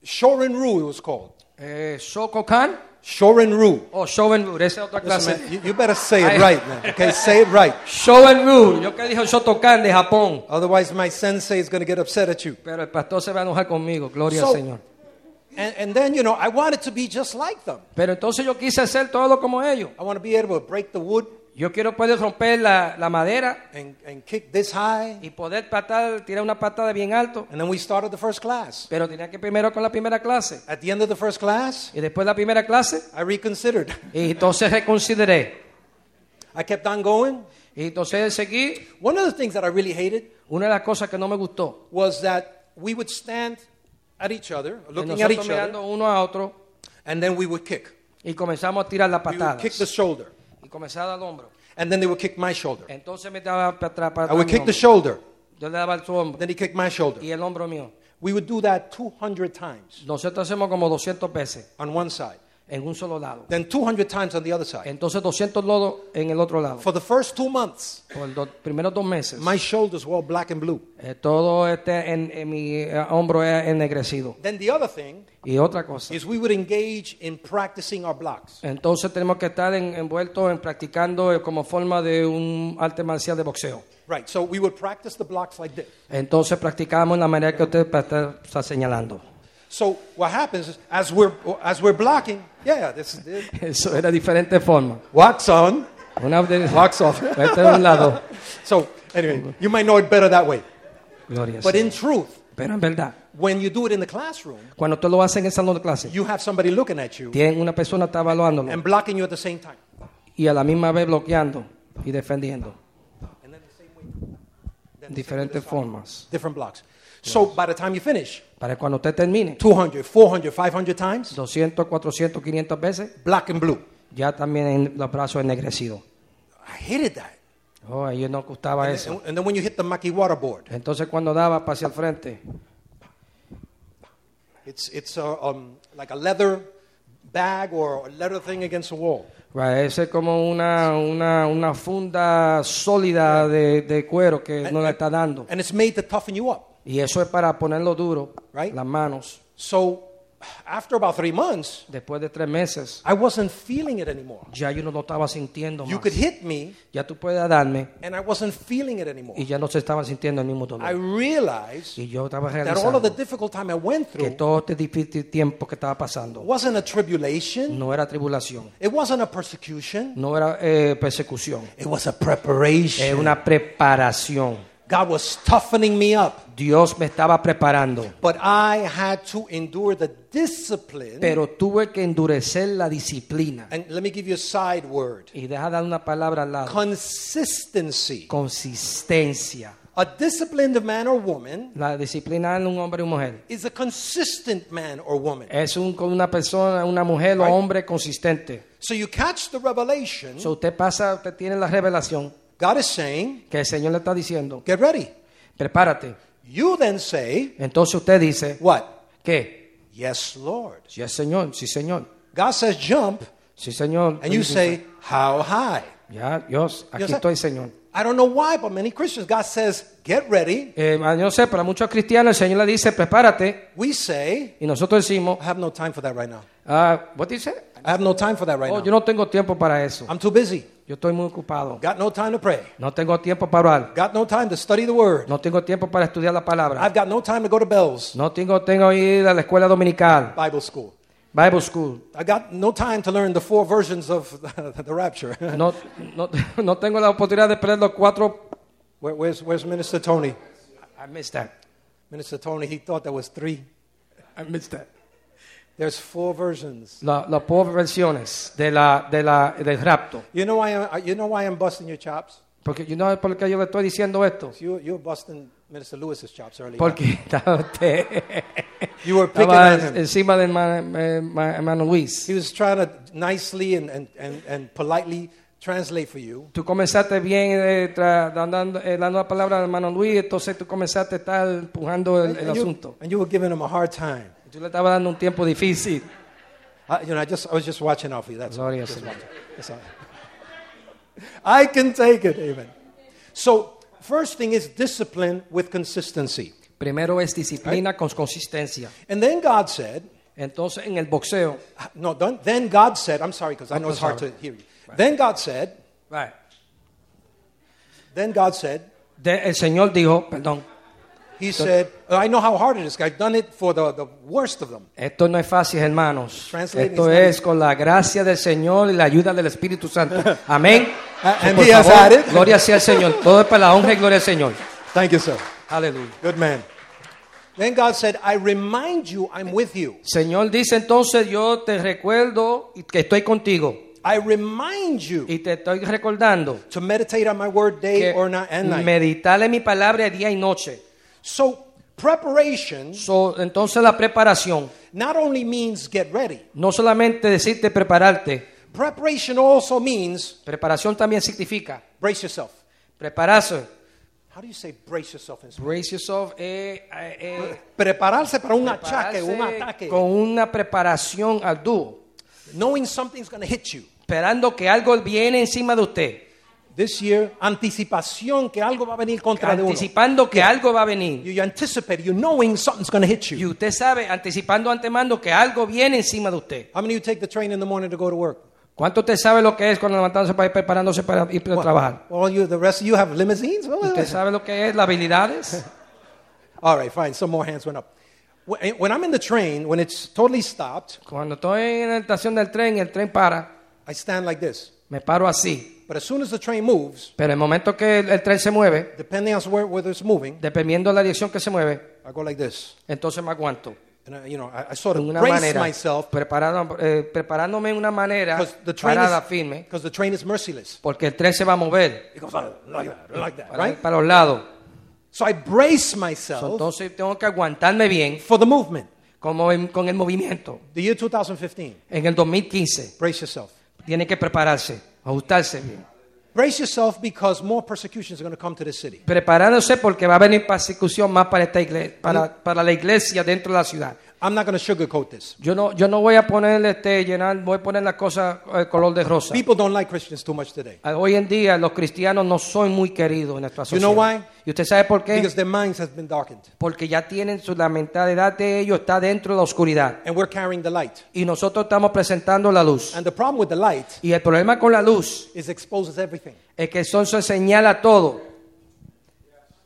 Speaker 1: Shorin Ru, it was called.
Speaker 2: Eh, Shokokan
Speaker 1: Shorin Ru.
Speaker 2: o Shovenru. Esa es otra
Speaker 1: Listen,
Speaker 2: clase.
Speaker 1: man, you, you better say it
Speaker 2: I-
Speaker 1: right now, okay? say it right.
Speaker 2: Shovenru. Yo que dije Shotokan de Japón.
Speaker 1: Otherwise, my sensei is going to get upset at you.
Speaker 2: Pero el pastor se va a enojar conmigo. Gloria
Speaker 1: So-
Speaker 2: al Señor.
Speaker 1: And, and then, you know, I wanted to be just like them.
Speaker 2: Pero entonces yo quise hacer todo lo como ellos.
Speaker 1: I want to be able to break the wood,
Speaker 2: Yo quiero poder romper la, la madera
Speaker 1: and, and kick this high.
Speaker 2: y poder patar, tirar una patada bien alto,
Speaker 1: And then we started the first class.
Speaker 2: pero tenía que primero con la primera clase.
Speaker 1: At the end of the first class,
Speaker 2: Y después de la primera clase,
Speaker 1: I reconsidered.
Speaker 2: y entonces reconsideré.
Speaker 1: I kept on going.
Speaker 2: Y entonces seguí.
Speaker 1: One of the things that I really hated
Speaker 2: Una de las cosas que no me gustó,
Speaker 1: was that we would stand at each other,
Speaker 2: que
Speaker 1: looking at
Speaker 2: nosotros
Speaker 1: each other,
Speaker 2: mirando uno a otro
Speaker 1: and then we would kick.
Speaker 2: y comenzamos a tirar las
Speaker 1: We would
Speaker 2: patadas.
Speaker 1: kick the shoulder,
Speaker 2: Y comenzaba al hombro.
Speaker 1: and then they would kick my shoulder.
Speaker 2: Entonces me daba para atrás.
Speaker 1: I
Speaker 2: Para atrás
Speaker 1: would
Speaker 2: mi
Speaker 1: kick the
Speaker 2: hombro.
Speaker 1: shoulder,
Speaker 2: Yo le daba el su hombro
Speaker 1: then he kicked my shoulder.
Speaker 2: y el hombro mío.
Speaker 1: We would do that 200 times
Speaker 2: Nosotros hacemos como 200 veces
Speaker 1: on one side,
Speaker 2: en un solo lado.
Speaker 1: then 200 times on the other side.
Speaker 2: Entonces 200 lodos en el otro lado.
Speaker 1: For the first two months,
Speaker 2: Por los primeros dos meses.
Speaker 1: my shoulders were all black and blue.
Speaker 2: eh, todo este en, en mi eh, hombro es ennegrecido.
Speaker 1: Then the other thing
Speaker 2: Y otra cosa.
Speaker 1: is we would engage in practicing our blocks.
Speaker 2: Entonces tenemos que estar en- envueltos en practicando eh, como forma de un arte marcial de boxeo.
Speaker 1: Right, so we would practice the blocks like this.
Speaker 2: Entonces practicamos en la manera que usted pa- está, está señalando.
Speaker 1: So what happens is as we're, as we're blocking, yeah, this is this.
Speaker 2: Eso era diferente forma.
Speaker 1: What's on?
Speaker 2: Una de,
Speaker 1: Blocks off.
Speaker 2: Este de un lado.
Speaker 1: So anyway, you might know it better that way.
Speaker 2: Gloria.
Speaker 1: But
Speaker 2: sea.
Speaker 1: in truth,
Speaker 2: Pero en verdad,
Speaker 1: when you do it in the classroom,
Speaker 2: cuando usted lo hace en el salón de clase,
Speaker 1: you have somebody looking at you
Speaker 2: tiene una persona está evaluándolo
Speaker 1: and blocking you at the same time.
Speaker 2: y a la misma vez bloqueando y defendiendo.
Speaker 1: And then the same way. Then the same way
Speaker 2: Diferentes
Speaker 1: this way.
Speaker 2: formas.
Speaker 1: Different blocks. So by the time you finish,
Speaker 2: Para cuando usted termine,
Speaker 1: 200, 400, 500 times,
Speaker 2: 200, 400, 500 veces,
Speaker 1: black and blue.
Speaker 2: ya también en los brazos ennegrecidos.
Speaker 1: I hated that.
Speaker 2: Oh, a ellos no gustaba
Speaker 1: And,
Speaker 2: eso.
Speaker 1: and- and then when you hit the Maki water board,
Speaker 2: Entonces cuando daba para hacia el frente,
Speaker 1: it's, it's uh, um, like a leather bag or a leather thing against the wall.
Speaker 2: va, ese es como una, una, una funda sólida de, de cuero que no la está dando.
Speaker 1: And it's made to toughen you up.
Speaker 2: Y eso es para ponerlo duro,
Speaker 1: Right.
Speaker 2: las manos.
Speaker 1: So after about three months,
Speaker 2: Después de tres meses,
Speaker 1: I wasn't feeling it anymore.
Speaker 2: ya yo no lo estaba sintiendo
Speaker 1: You
Speaker 2: más.
Speaker 1: could hit me,
Speaker 2: Ya tú puedes darme
Speaker 1: and I wasn't feeling it anymore.
Speaker 2: y ya no se estaba sintiendo el mismo
Speaker 1: I
Speaker 2: dolor.
Speaker 1: realized
Speaker 2: Y yo estaba
Speaker 1: that all of the
Speaker 2: realizando
Speaker 1: difficult time I went
Speaker 2: que
Speaker 1: through
Speaker 2: todo este difícil tiempo que estaba pasando
Speaker 1: wasn't a tribulation,
Speaker 2: no era tribulación,
Speaker 1: it wasn't a persecution,
Speaker 2: no era eh, persecución,
Speaker 1: it was a
Speaker 2: es
Speaker 1: preparation.
Speaker 2: Eh, una preparación.
Speaker 1: God was toughening me up,
Speaker 2: Dios me estaba preparando,
Speaker 1: but I had to endure the discipline.
Speaker 2: pero tuve que endurecer la disciplina.
Speaker 1: And let me give you a side word
Speaker 2: Y deja dar una palabra al lado.
Speaker 1: consistency.
Speaker 2: Consistencia.
Speaker 1: A disciplined man or woman
Speaker 2: La disciplina en un hombre y una mujer.
Speaker 1: is a consistent man or woman.
Speaker 2: Es un- con una persona, una mujer o
Speaker 1: Right.
Speaker 2: hombre consistente.
Speaker 1: So you catch the revelation.
Speaker 2: So usted pasa, usted tiene la revelación
Speaker 1: God is saying,
Speaker 2: que el Señor le está diciendo,
Speaker 1: Get ready.
Speaker 2: prepárate.
Speaker 1: You then say,
Speaker 2: Entonces usted dice,
Speaker 1: What?
Speaker 2: ¿qué?
Speaker 1: Yes, Lord.
Speaker 2: Sí, es Señor, sí, Señor.
Speaker 1: God says, Jump,
Speaker 2: Sí, Señor.
Speaker 1: and you say, How high?
Speaker 2: ya, Dios, aquí
Speaker 1: Yo sé.
Speaker 2: estoy, Señor.
Speaker 1: I don't know why, but many Christians, God says, Get ready.
Speaker 2: Eh, yo no sé, para muchos cristianos el Señor le dice, prepárate.
Speaker 1: We say,
Speaker 2: Y nosotros decimos,
Speaker 1: I have no time for that right now.
Speaker 2: ah, ¿what dice?
Speaker 1: I have no Ah. time for that right
Speaker 2: Oh, yo
Speaker 1: now.
Speaker 2: no tengo tiempo para eso.
Speaker 1: I'm too busy.
Speaker 2: Yo estoy muy ocupado.
Speaker 1: Got no time to pray.
Speaker 2: No tengo tiempo para orar.
Speaker 1: Got no time to study the word.
Speaker 2: No tengo tiempo para estudiar la palabra.
Speaker 1: I've got no time to go to Bell's
Speaker 2: No tengo, tengo que ir a la escuela dominical,
Speaker 1: Bible school.
Speaker 2: Bible school.
Speaker 1: I got no time to learn the four versions of the rapture.
Speaker 2: No, no, no tengo la oportunidad de perder los cuatro.
Speaker 1: Where, where's, where's Minister Tony?
Speaker 2: I missed that.
Speaker 1: Minister Tony, he thought there was three.
Speaker 2: I missed that.
Speaker 1: There's four versions.
Speaker 2: La- las pobres versiones de la, de la, del rapto.
Speaker 1: You know why I'm, you know why I'm busting your chops?
Speaker 2: Porque yo no sé por qué yo le estoy diciendo esto.
Speaker 1: You, you were busting Minister Lewis's chops earlier.
Speaker 2: Porque estaba usted.
Speaker 1: you were picking
Speaker 2: Estaba
Speaker 1: on him.
Speaker 2: encima del hermano, eh, ma- hermano Luis.
Speaker 1: He was trying to nicely and, and, and, and politely translate for you.
Speaker 2: Tú comenzaste bien eh, tra- dando, eh, dando la palabra al hermano Luis, entonces tú comenzaste a estar empujando el, el
Speaker 1: And you,
Speaker 2: asunto.
Speaker 1: and you were giving him a hard time.
Speaker 2: Tú le estabas dando un tiempo difícil.
Speaker 1: I, you know, I, just, I was just watching out for you. That's all.
Speaker 2: Gloria al
Speaker 1: Just
Speaker 2: Señor.
Speaker 1: watching. That's all. I can take it, amen. So, first thing is discipline with consistency.
Speaker 2: Primero es disciplina con consistencia.
Speaker 1: And then God said,
Speaker 2: Entonces en el boxeo,
Speaker 1: No, don't, then God said, I'm sorry because I know it's hard to hear you. Then God said,
Speaker 2: right,
Speaker 1: then God said,
Speaker 2: de- el Señor dijo, perdón,
Speaker 1: He said, "Oh, I know how hard it is. I've done it for the, the worst of them.
Speaker 2: Esto no es fácil, hermanos.
Speaker 1: Translating
Speaker 2: Esto
Speaker 1: is not
Speaker 2: es con la gracia del Señor y la ayuda del Espíritu Santo. Amén.
Speaker 1: A- Ah, and
Speaker 2: Por
Speaker 1: he has
Speaker 2: favor,
Speaker 1: had it.
Speaker 2: Gloria sea al Señor. Todo es para la honra y gloria al Señor.
Speaker 1: Thank you, sir.
Speaker 2: Aleluya.
Speaker 1: Good man. Then God said, I remind you, I'm with you.
Speaker 2: Señor dice entonces, yo te recuerdo que estoy contigo
Speaker 1: I remind you
Speaker 2: y te estoy recordando
Speaker 1: to meditate on my word day
Speaker 2: que
Speaker 1: or night and night.
Speaker 2: meditar en mi palabra día y noche.
Speaker 1: So preparation
Speaker 2: So, entonces la preparación,
Speaker 1: not only means get ready,
Speaker 2: no solamente decirte prepararte,
Speaker 1: preparation also means
Speaker 2: preparación también significa
Speaker 1: brace yourself.
Speaker 2: prepararse.
Speaker 1: How do you say brace yourself in Spanish?
Speaker 2: Brace yourself, eh, eh, eh,
Speaker 1: Prepararse para un achaque, un
Speaker 2: prepararse
Speaker 1: ataque.
Speaker 2: con una preparación al dúo,
Speaker 1: Knowing something's going to hit you.
Speaker 2: esperando que algo viene encima de usted,
Speaker 1: This year, anticipación que algo va a venir contra de uno.
Speaker 2: anticipando que algo va a venir.
Speaker 1: You, you anticipate, you knowing something's going to hit
Speaker 2: Y
Speaker 1: you.
Speaker 2: usted sabe, anticipando antemando, que algo viene encima de usted.
Speaker 1: How many of you take the train in the morning to go to work?
Speaker 2: ¿Cuánto usted sabe lo que es cuando levantándose para ir preparándose para ir a trabajar?
Speaker 1: All you, the rest of you have limousines?
Speaker 2: ¿Usted sabe lo que es las habilidades?
Speaker 1: All right, fine. Some more hands went up. When when I'm in the train, when it's totally stopped,
Speaker 2: Cuando estoy en la estación del tren, el tren para,
Speaker 1: I stand like this.
Speaker 2: me paro así.
Speaker 1: But as soon as the train moves,
Speaker 2: Pero el momento que el, el tren se mueve,
Speaker 1: depending on where, whether it's moving,
Speaker 2: dependiendo de la dirección que se mueve,
Speaker 1: I go like this.
Speaker 2: entonces me aguanto.
Speaker 1: And I, you know, I, I sort
Speaker 2: De
Speaker 1: of
Speaker 2: una
Speaker 1: brace
Speaker 2: manera,
Speaker 1: myself
Speaker 2: preparado- eh, preparándome en una manera
Speaker 1: because the train
Speaker 2: parada
Speaker 1: is
Speaker 2: firme,
Speaker 1: because the train is merciless.
Speaker 2: porque el tren se va a mover
Speaker 1: It goes like that, like that,
Speaker 2: para,
Speaker 1: right?
Speaker 2: para los lados.
Speaker 1: So I brace
Speaker 2: So,
Speaker 1: myself
Speaker 2: entonces tengo que aguantarme bien
Speaker 1: for the movement.
Speaker 2: como en- con el movimiento.
Speaker 1: The year 2015.
Speaker 2: En el 2015
Speaker 1: Brace yourself.
Speaker 2: tiene que prepararse, ajustarse bien.
Speaker 1: Brace yourself because more persecutions are going to come to this city.
Speaker 2: Preparándose porque va a venir persecución más para, esta igle-
Speaker 1: Mm.
Speaker 2: para, para la iglesia dentro de la ciudad.
Speaker 1: I'm not going to sugarcoat this.
Speaker 2: Yo no, yo no voy a poner este, llenar, voy a poner las cosas eh, color de rosa.
Speaker 1: People don't like Christians too much today
Speaker 2: Ah, Hoy en día los cristianos no son muy queridos en
Speaker 1: You
Speaker 2: nuestra sociedad.
Speaker 1: know why?
Speaker 2: ¿Y usted sabe por qué?
Speaker 1: because their minds have been darkened.
Speaker 2: Porque ya tienen su, la mentalidad de ellos está dentro de la oscuridad.
Speaker 1: And we're carrying the light.
Speaker 2: Y nosotros estamos presentando la luz.
Speaker 1: And the problem with the light
Speaker 2: Y el problema con la luz
Speaker 1: is exposes everything.
Speaker 2: es que eso se señala todo.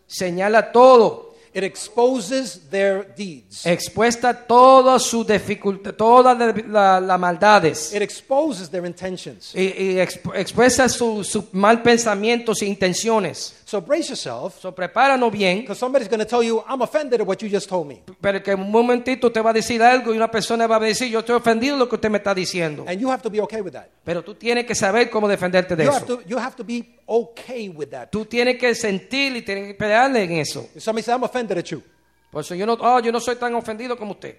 Speaker 2: Señala todo.
Speaker 1: It exposes their deeds.
Speaker 2: Expuesta todas sus dificultades, todas la- la- las maldades.
Speaker 1: It exposes their intentions.
Speaker 2: Y, y exp- expuesta sus mal pensamientos e intenciones.
Speaker 1: So brace yourself
Speaker 2: So, prepáranos bien.
Speaker 1: because somebody's going to tell you, I'm offended at what you just told me.
Speaker 2: Pero que en un momentito te va a decir algo y una persona va a decir, yo estoy ofendido de lo que usted me está diciendo.
Speaker 1: And you have to be okay with that.
Speaker 2: Pero tú tienes que saber cómo defenderte de
Speaker 1: You have
Speaker 2: eso.
Speaker 1: to, you have to be okay with that.
Speaker 2: Tú tienes que sentir y tienes que pelearle en eso.
Speaker 1: If somebody says, I'm offended at you,
Speaker 2: Por eso yo no, oh, yo no soy tan ofendido como usted.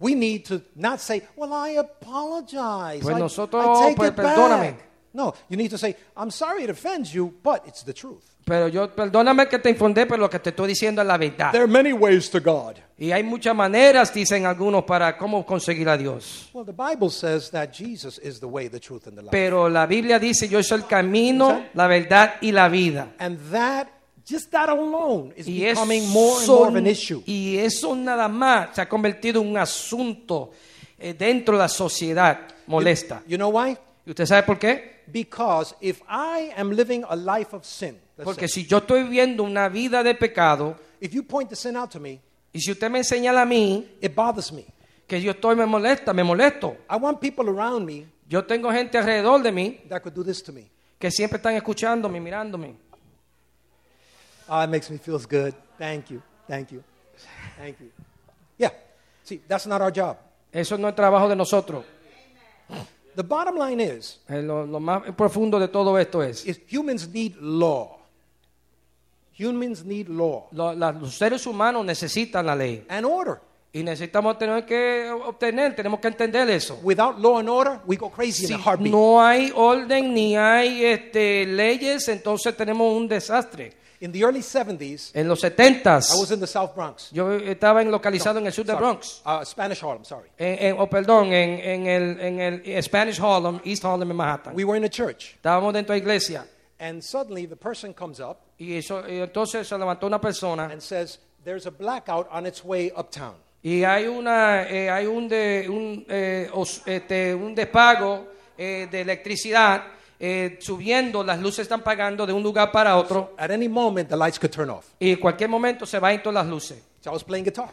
Speaker 1: we need to not say, Well, I apologize.
Speaker 2: Pues
Speaker 1: I-
Speaker 2: nosotros,
Speaker 1: I take
Speaker 2: pues,
Speaker 1: it back."
Speaker 2: perdóname.
Speaker 1: No, you need to say, I'm sorry it offends you, but it's the truth.
Speaker 2: Pero yo, perdóname que te infundé, pero lo que te estoy diciendo es la verdad.
Speaker 1: There are many ways to God.
Speaker 2: Y hay muchas maneras, dicen algunos, para cómo conseguir a Dios.
Speaker 1: Well, the Bible says that Jesus is the way, the truth, and the life.
Speaker 2: Pero la Biblia dice, yo soy el camino, la verdad y la vida.
Speaker 1: And that, just that alone, is
Speaker 2: Y
Speaker 1: becoming more and more of an
Speaker 2: eso,
Speaker 1: issue.
Speaker 2: y eso nada más se ha convertido en un asunto eh, dentro de la sociedad molesta.
Speaker 1: You know why?
Speaker 2: ¿Y usted sabe por qué?
Speaker 1: Because if I am living a life of sin, let's
Speaker 2: Porque
Speaker 1: say,
Speaker 2: si yo estoy viviendo una vida de pecado,
Speaker 1: if you point the sin out to me,
Speaker 2: y si usted me enseña a mí
Speaker 1: it bothers me.
Speaker 2: que yo estoy, me molesta, me molesto.
Speaker 1: I want people around me
Speaker 2: Yo tengo gente alrededor de mí
Speaker 1: that could do this to me.
Speaker 2: que siempre están escuchándome, mirándome.
Speaker 1: Ah, it makes me feel good. Thank you. Thank you. Thank you. Yeah. See, that's not our job.
Speaker 2: Eso no es trabajo de nosotros.
Speaker 1: The bottom line is,
Speaker 2: Eh, Lo, lo más profundo de todo esto es,
Speaker 1: is humans need law. Humans need law
Speaker 2: lo- la- los seres humanos necesitan la ley.
Speaker 1: and order.
Speaker 2: Y necesitamos tener que obtener, tenemos que entender eso.
Speaker 1: Without law and order, we go crazy
Speaker 2: Si
Speaker 1: in a heartbeat.
Speaker 2: no hay orden ni hay este, leyes, entonces tenemos un desastre.
Speaker 1: In the early 70s,
Speaker 2: En los 70
Speaker 1: I was in the South Bronx.
Speaker 2: yo estaba en- localizado en el sur de
Speaker 1: Sorry.
Speaker 2: Bronx.
Speaker 1: Uh, Spanish Harlem, sorry.
Speaker 2: En, en- oh, perdón, en, en el, en el Spanish Harlem, East Harlem en Manhattan.
Speaker 1: We were in a church,
Speaker 2: Estábamos dentro de la iglesia. y
Speaker 1: and suddenly the person comes up
Speaker 2: eso- y entonces se levantó una persona
Speaker 1: and says, There's a blackout on its way uptown.
Speaker 2: Y hay una eh, hay un de, un, eh, os- este, un despago eh, de electricidad eh, subiendo, las luces están pagando de un lugar para otro
Speaker 1: At any moment, the lights could turn off.
Speaker 2: y en cualquier momento se van todas las luces.
Speaker 1: So I was playing guitar.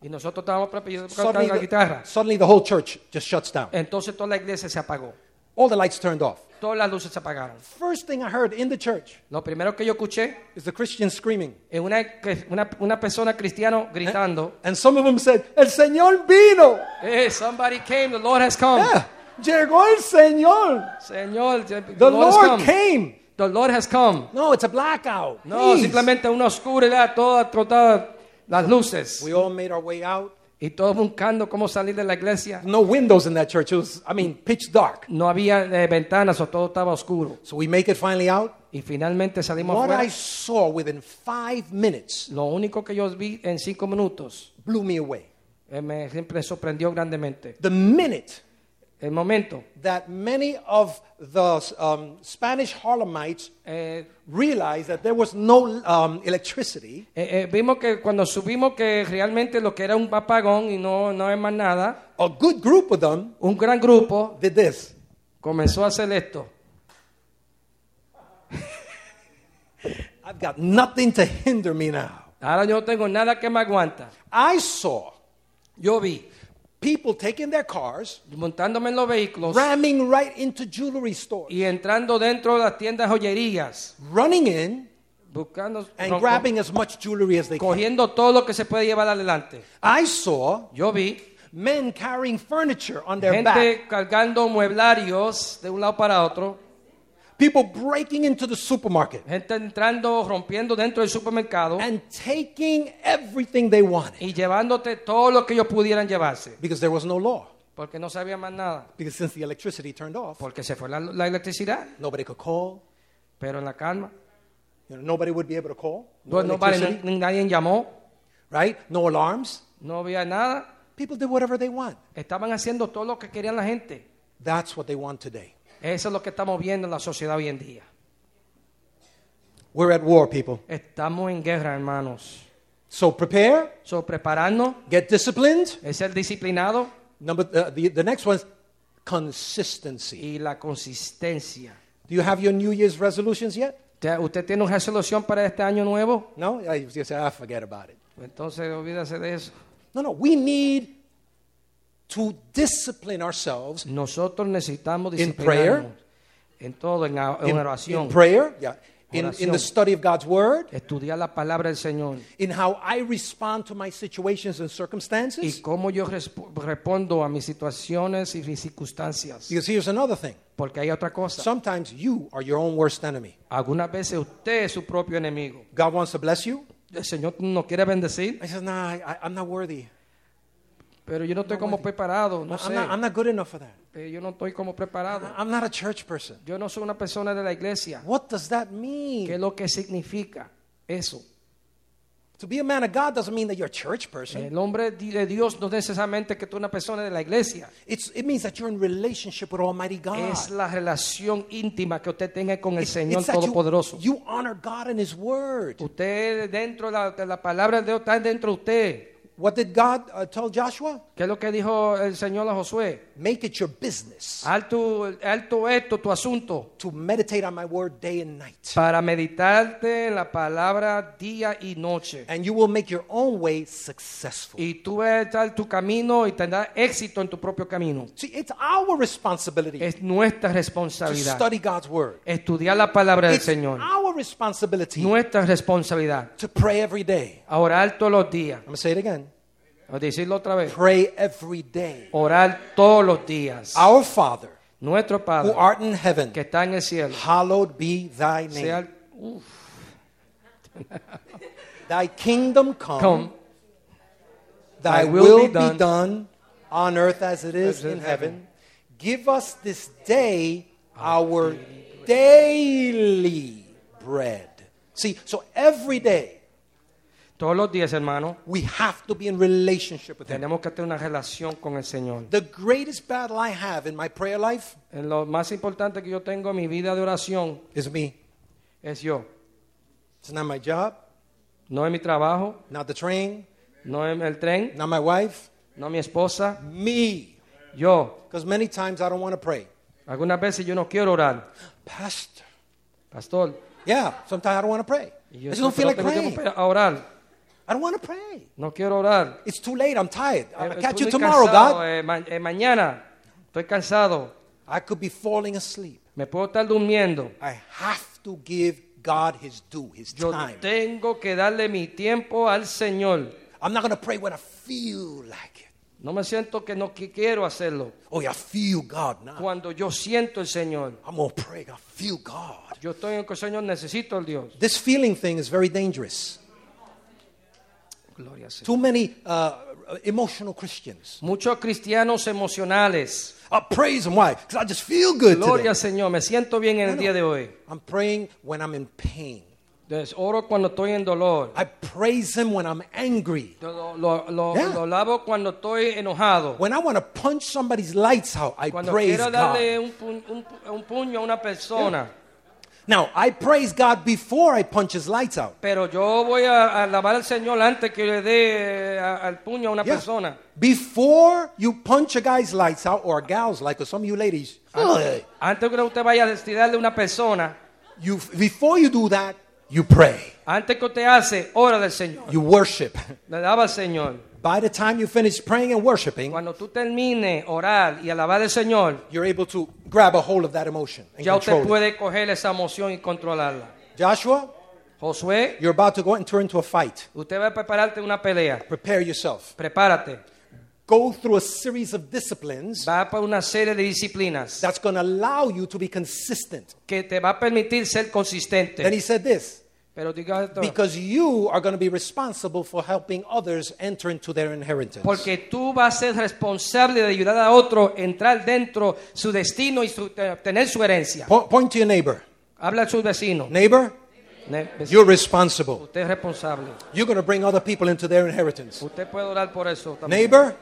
Speaker 2: Y nosotros estábamos preparando
Speaker 1: Suddenly
Speaker 2: la
Speaker 1: the,
Speaker 2: guitarra. Eh.
Speaker 1: suddenly the whole church just shuts down.
Speaker 2: Entonces toda la iglesia se apagó.
Speaker 1: All the lights turned off.
Speaker 2: Todas las luces se apagaron.
Speaker 1: First thing I heard in the church
Speaker 2: Lo primero que yo escuché
Speaker 1: is the Christians screaming.
Speaker 2: es una, que- una, una persona cristiana gritando,
Speaker 1: And some of them said, El Señor vino.
Speaker 2: hey, somebody came, the Lord has come.
Speaker 1: Yeah. Llegó el Señor.
Speaker 2: Señor, the,
Speaker 1: The
Speaker 2: Lord, has
Speaker 1: Lord
Speaker 2: come.
Speaker 1: came.
Speaker 2: The Lord has come.
Speaker 1: No, it's a blackout.
Speaker 2: No,
Speaker 1: Please.
Speaker 2: simplemente una oscuridad, todas todas las luces.
Speaker 1: We all made our way out.
Speaker 2: Y todos buscando cómo salir de la iglesia.
Speaker 1: No windows in that church. It was, I mean, pitch dark.
Speaker 2: No había eh, ventanas o todo estaba oscuro.
Speaker 1: So we make it finally out.
Speaker 2: Y finalmente salimos
Speaker 1: What I
Speaker 2: afuera.
Speaker 1: saw within five minutes
Speaker 2: Lo único que yo vi en cinco minutos
Speaker 1: blew me away.
Speaker 2: eh, me siempre sorprendió grandemente.
Speaker 1: The minute
Speaker 2: El momento.
Speaker 1: that many of the um, Spanish Harlemites
Speaker 2: eh,
Speaker 1: realized that there was no um, electricity,
Speaker 2: eh, eh, vimos que cuando subimos que realmente lo que era un apagón y no, no es más nada,
Speaker 1: a good group of them
Speaker 2: un gran grupo
Speaker 1: did this.
Speaker 2: comenzó a hacer esto.
Speaker 1: I've got nothing to hinder me now.
Speaker 2: Ahora yo no tengo nada que me aguanta.
Speaker 1: I saw
Speaker 2: Yo vi,
Speaker 1: people taking their cars,
Speaker 2: montándome en los vehículos,
Speaker 1: ramming right into jewelry stores,
Speaker 2: y entrando dentro de las tiendas joyerías,
Speaker 1: running in
Speaker 2: buscando,
Speaker 1: and
Speaker 2: co-
Speaker 1: grabbing as much jewelry as they can.
Speaker 2: cogiendo todo lo que se puede llevar adelante.
Speaker 1: I saw
Speaker 2: Yo vi
Speaker 1: men carrying furniture on their back,
Speaker 2: gente cargando mueblarios de un lado para otro,
Speaker 1: people breaking into the supermarket
Speaker 2: gente entrando, rompiendo dentro del supermercado
Speaker 1: and taking everything they wanted
Speaker 2: y llevándote todo lo que ellos pudieran llevarse,
Speaker 1: because there was no law.
Speaker 2: porque no sabían más nada,
Speaker 1: Because since the electricity turned off,
Speaker 2: porque se fue la, la electricidad,
Speaker 1: nobody could call.
Speaker 2: pero en la calma.
Speaker 1: You know, nobody would be able to call.
Speaker 2: No, no vale,
Speaker 1: electricity,
Speaker 2: ni- nadie llamó,
Speaker 1: right? No alarms.
Speaker 2: no había nada,
Speaker 1: People did whatever they want.
Speaker 2: estaban haciendo todo lo que querían la gente.
Speaker 1: That's what they want today.
Speaker 2: Eso es lo que estamos viendo en la sociedad hoy en día.
Speaker 1: We're at war, people.
Speaker 2: Estamos en guerra, hermanos.
Speaker 1: So prepare,
Speaker 2: So, prepararnos
Speaker 1: get disciplined.
Speaker 2: es ser disciplinado
Speaker 1: Number uh, the, the next one's consistency.
Speaker 2: y la consistencia.
Speaker 1: Do you have your New Year's resolutions yet?
Speaker 2: ¿Usted- ¿Usted tiene una resolución para este año nuevo?
Speaker 1: No, I was just say, ah, forget about it.
Speaker 2: Entonces, olvídese de eso.
Speaker 1: No, no, we need to discipline ourselves
Speaker 2: Nosotros necesitamos
Speaker 1: In
Speaker 2: disciplinarnos en todo, en, la- en
Speaker 1: in,
Speaker 2: oración,
Speaker 1: in prayer, yeah, in, in the
Speaker 2: Oración.
Speaker 1: study of God's word,
Speaker 2: estudiar la palabra del Señor
Speaker 1: in how I respond to my situations and
Speaker 2: y
Speaker 1: circumstances.
Speaker 2: cómo yo resp- respondo a mis situaciones y mis circunstancias.
Speaker 1: Because here's another thing.
Speaker 2: Porque hay otra cosa.
Speaker 1: Sometimes you are your own worst enemy.
Speaker 2: Algunas veces usted es su propio enemigo.
Speaker 1: God wants to bless you.
Speaker 2: El Señor no quiere bendecir,
Speaker 1: I says, nah, I, I- I'm not worthy.
Speaker 2: pero yo no estoy como preparado, no
Speaker 1: I'm
Speaker 2: sé.
Speaker 1: not, I'm not good enough for that.
Speaker 2: Eh, Yo no estoy como preparado.
Speaker 1: I- I'm not a church person.
Speaker 2: Yo no soy una persona de la iglesia.
Speaker 1: What does that mean?
Speaker 2: ¿Qué es lo que significa eso?
Speaker 1: To be a man of God doesn't mean that you're a church person.
Speaker 2: El hombre di- de Dios no es necesariamente que tú eres una persona de la iglesia.
Speaker 1: It's, it means that you're in relationship with Almighty God.
Speaker 2: Es la relación íntima que usted tenga con el
Speaker 1: It's-
Speaker 2: Señor
Speaker 1: it's that you-
Speaker 2: Todopoderoso.
Speaker 1: You, honor God and His Word.
Speaker 2: Usted dentro de la, de la palabra de Dios está dentro de usted.
Speaker 1: What did God uh, tell Joshua?
Speaker 2: ¿Qué es lo que dijo el Señor a Josué?
Speaker 1: Make it your business
Speaker 2: Alto, alto esto, tu asunto,
Speaker 1: to meditate on my word day and night.
Speaker 2: para meditarte en la palabra día y noche.
Speaker 1: And you will make your own way successful.
Speaker 2: Y tú vas a estar tu camino y tendrás éxito en tu propio camino.
Speaker 1: See, it's our responsibility
Speaker 2: Es nuestra
Speaker 1: to
Speaker 2: responsabilidad
Speaker 1: study God's word.
Speaker 2: estudiar la palabra del
Speaker 1: It's
Speaker 2: Señor.
Speaker 1: our responsibility
Speaker 2: Nuestra responsabilidad.
Speaker 1: to pray every day.
Speaker 2: A orar todos los días.
Speaker 1: I'm going to say it again.
Speaker 2: A decirlo otra vez.
Speaker 1: Pray every day.
Speaker 2: Orar todos los días.
Speaker 1: Our Father,
Speaker 2: Nuestro
Speaker 1: who
Speaker 2: Padre
Speaker 1: art in heaven,
Speaker 2: que está en el cielo.
Speaker 1: hallowed be thy
Speaker 2: sea
Speaker 1: name.
Speaker 2: el- Uf,
Speaker 1: Thy kingdom come,
Speaker 2: come,
Speaker 1: thy will be done on earth as it is
Speaker 2: As
Speaker 1: in
Speaker 2: in
Speaker 1: heaven. Give us this day our daily bread. See, so every day
Speaker 2: Todos los días, hermano,
Speaker 1: we have to be in relationship with him.
Speaker 2: tenemos que tener una relación con el Señor.
Speaker 1: The greatest battle I have in my prayer life
Speaker 2: Eh, Lo más importante que yo tengo en mi vida de oración
Speaker 1: is me.
Speaker 2: es yo.
Speaker 1: It's not my job,
Speaker 2: No es mi trabajo,
Speaker 1: not the train,
Speaker 2: no es el tren,
Speaker 1: not my wife,
Speaker 2: no es mi esposa.
Speaker 1: me.
Speaker 2: Yo.
Speaker 1: Because many times I don't want to pray.
Speaker 2: Algunas veces yo no quiero orar.
Speaker 1: Pastor.
Speaker 2: Pastor,
Speaker 1: Yeah, sometimes I don't want to pray.
Speaker 2: y yo
Speaker 1: I just don't feel like
Speaker 2: siempre no tengo
Speaker 1: praying.
Speaker 2: tiempo para orar.
Speaker 1: I don't want to pray.
Speaker 2: No quiero orar.
Speaker 1: It's too late. I'm tired. I'll
Speaker 2: Eh,
Speaker 1: catch you
Speaker 2: estoy eh,
Speaker 1: tomorrow,
Speaker 2: cansado,
Speaker 1: God.
Speaker 2: eh, ma- eh, mañana estoy cansado.
Speaker 1: I could be falling asleep.
Speaker 2: Me puedo estar durmiendo.
Speaker 1: I have to give God his due, his
Speaker 2: Yo
Speaker 1: time.
Speaker 2: tengo que darle mi tiempo al Señor.
Speaker 1: I'm not going to pray when I feel like it.
Speaker 2: No me siento que no que quiero hacerlo.
Speaker 1: Oh, yeah, I feel God now.
Speaker 2: Cuando yo siento el Señor,
Speaker 1: I'm going to pray. I feel God.
Speaker 2: yo estoy en que el Señor necesito al Dios.
Speaker 1: This feeling thing is very dangerous.
Speaker 2: Gloria al Señor.
Speaker 1: Too many uh, emotional Christians.
Speaker 2: Muchos cristianos emocionales.
Speaker 1: I praise Him. Why? Because I just feel good today.
Speaker 2: Gloria al Señor, me siento bien en el
Speaker 1: No, no.
Speaker 2: día de hoy.
Speaker 1: I'm praying when I'm in pain.
Speaker 2: Entonces, oro cuando estoy en dolor.
Speaker 1: I praise Him when I'm angry.
Speaker 2: Yo Lo, lo, lo-
Speaker 1: Yeah.
Speaker 2: lo lavo cuando estoy enojado.
Speaker 1: When I want to punch somebody's lights out, I
Speaker 2: Cuando
Speaker 1: praise
Speaker 2: quiero
Speaker 1: God.
Speaker 2: darle un, pu- un pu- un puño a una persona.
Speaker 1: Now, I praise God before I punch his lights out.
Speaker 2: Pero yo voy a, a alabar al Señor antes que le dé eh, a- al puño a una
Speaker 1: Yeah.
Speaker 2: persona.
Speaker 1: Before you punch a guy's lights out or a gal's like or some of you ladies, ugh,
Speaker 2: Antes que usted vaya a destirarle a una persona,
Speaker 1: you before you do that, you pray,
Speaker 2: antes que usted hace, ora del Señor.
Speaker 1: you worship.
Speaker 2: Le daba al Señor.
Speaker 1: By the time you finish praying and worshiping,
Speaker 2: Cuando tú termines orar y alabar al Señor,
Speaker 1: you're able to grab a hold of that emotion and
Speaker 2: ya usted
Speaker 1: control it.
Speaker 2: puede coger esa emoción y controlarla.
Speaker 1: Joshua,
Speaker 2: Josué,
Speaker 1: you're about to go into into a fight.
Speaker 2: usted va a prepararte una pelea.
Speaker 1: Prepare yourself.
Speaker 2: Prepárate.
Speaker 1: Go through a series of disciplines
Speaker 2: Va para una serie de disciplinas
Speaker 1: that's going to allow you to be consistent.
Speaker 2: que te va a permitir ser
Speaker 1: Then he
Speaker 2: consistente.
Speaker 1: said this.
Speaker 2: Pero diga esto,
Speaker 1: Because you are going to be responsible for helping others enter into their inheritance.
Speaker 2: porque tú vas a ser responsable de ayudar a otro a entrar dentro su destino y su- obtener su herencia.
Speaker 1: Po- point to your neighbor.
Speaker 2: Habla a su vecino.
Speaker 1: Neighbor,
Speaker 2: Ne- vecino.
Speaker 1: you're responsible.
Speaker 2: Usted es responsable.
Speaker 1: You're going to bring other people into their inheritance.
Speaker 2: Usted puede orar por eso también.
Speaker 1: Neighbor,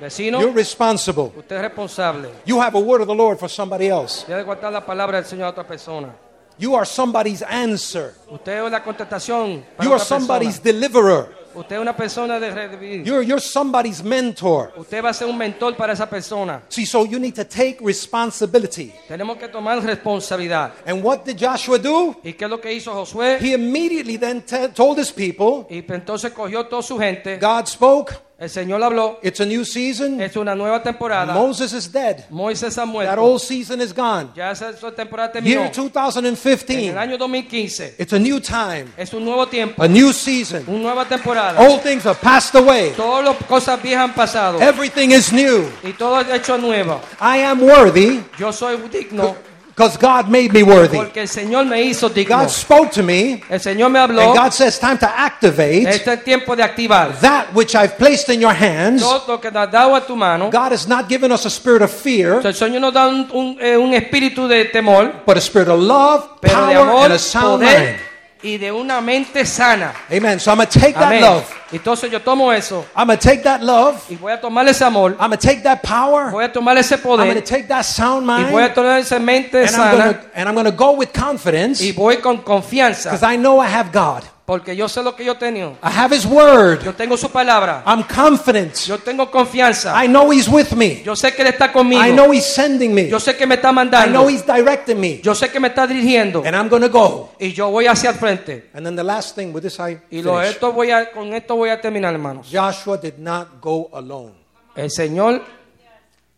Speaker 2: Vecino,
Speaker 1: you're responsible.
Speaker 2: usted es responsable.
Speaker 1: You have a word of the Lord for somebody else.
Speaker 2: Debe guardar la palabra del Señor a otra persona.
Speaker 1: You are somebody's answer.
Speaker 2: Usted es la contestación para
Speaker 1: You are
Speaker 2: otra persona.
Speaker 1: somebody's deliverer.
Speaker 2: Usted es una persona de revivir.
Speaker 1: You're, you're somebody's mentor.
Speaker 2: Usted va a ser un mentor para esa persona.
Speaker 1: See, so you need to take responsibility.
Speaker 2: Tenemos que tomar responsabilidad.
Speaker 1: And what did Joshua do?
Speaker 2: ¿Y qué es lo que hizo Josué?
Speaker 1: He immediately then te- told his people,
Speaker 2: Y entonces cogió toda su gente.
Speaker 1: God spoke,
Speaker 2: El Señor habló.
Speaker 1: it's a new season,
Speaker 2: Es una nueva temporada.
Speaker 1: Moses is dead.
Speaker 2: Moisés ha
Speaker 1: That
Speaker 2: muerto.
Speaker 1: old season is gone.
Speaker 2: Ya esa esa temporada
Speaker 1: Year
Speaker 2: terminó. En el
Speaker 1: 2015.
Speaker 2: año 2015
Speaker 1: It's a new time,
Speaker 2: es un nuevo tiempo,
Speaker 1: a new season.
Speaker 2: una nueva temporada.
Speaker 1: Old things are passed away.
Speaker 2: Todas las cosas viejas han pasado
Speaker 1: Everything is new.
Speaker 2: y todo es hecho nuevo.
Speaker 1: I am worthy
Speaker 2: Yo soy digno
Speaker 1: because God made me worthy.
Speaker 2: porque el Señor me hizo digno.
Speaker 1: God spoke to me,
Speaker 2: El Señor me
Speaker 1: and
Speaker 2: habló.
Speaker 1: God says, Time to activate
Speaker 2: Este es el tiempo de activar
Speaker 1: that which I've placed in your hands.
Speaker 2: todo lo que te has dado a tu mano.
Speaker 1: God has not given us a spirit of fear,
Speaker 2: El Señor nos da un, un, eh, un espíritu de temor,
Speaker 1: but a spirit of love,
Speaker 2: pero de
Speaker 1: power,
Speaker 2: amor,
Speaker 1: and a sound
Speaker 2: poder
Speaker 1: mind.
Speaker 2: y de una mente sana.
Speaker 1: Amen. So I'm going to take that
Speaker 2: Amén.
Speaker 1: love.
Speaker 2: Entonces yo tomo eso
Speaker 1: I'm going to take that love.
Speaker 2: y voy a tomar ese amor,
Speaker 1: I'm going to take that power.
Speaker 2: voy a tomar ese
Speaker 1: I'm going to
Speaker 2: poder
Speaker 1: take that sound
Speaker 2: y
Speaker 1: mind
Speaker 2: voy a tomar esa mente
Speaker 1: and, I'm
Speaker 2: sana
Speaker 1: gonna, and I'm gonna go with confidence
Speaker 2: y voy con
Speaker 1: because
Speaker 2: confianza
Speaker 1: I know I have God.
Speaker 2: porque yo sé lo que yo tengo.
Speaker 1: I have His Word.
Speaker 2: Yo tengo su palabra,
Speaker 1: I'm confident.
Speaker 2: yo tengo confianza,
Speaker 1: Ah. I know He's with me.
Speaker 2: yo sé que Él está
Speaker 1: I know
Speaker 2: conmigo,
Speaker 1: He's sending me.
Speaker 2: yo sé que me está
Speaker 1: I know
Speaker 2: mandando,
Speaker 1: He's directing me.
Speaker 2: yo sé que me está dirigiendo
Speaker 1: And I'm gonna go.
Speaker 2: y yo voy hacia el frente.
Speaker 1: And then the last thing with this I
Speaker 2: Y lo,
Speaker 1: finish.
Speaker 2: esto voy a, con esto voy a terminar, hermanos.
Speaker 1: Joshua did not go alone.
Speaker 2: El Señor,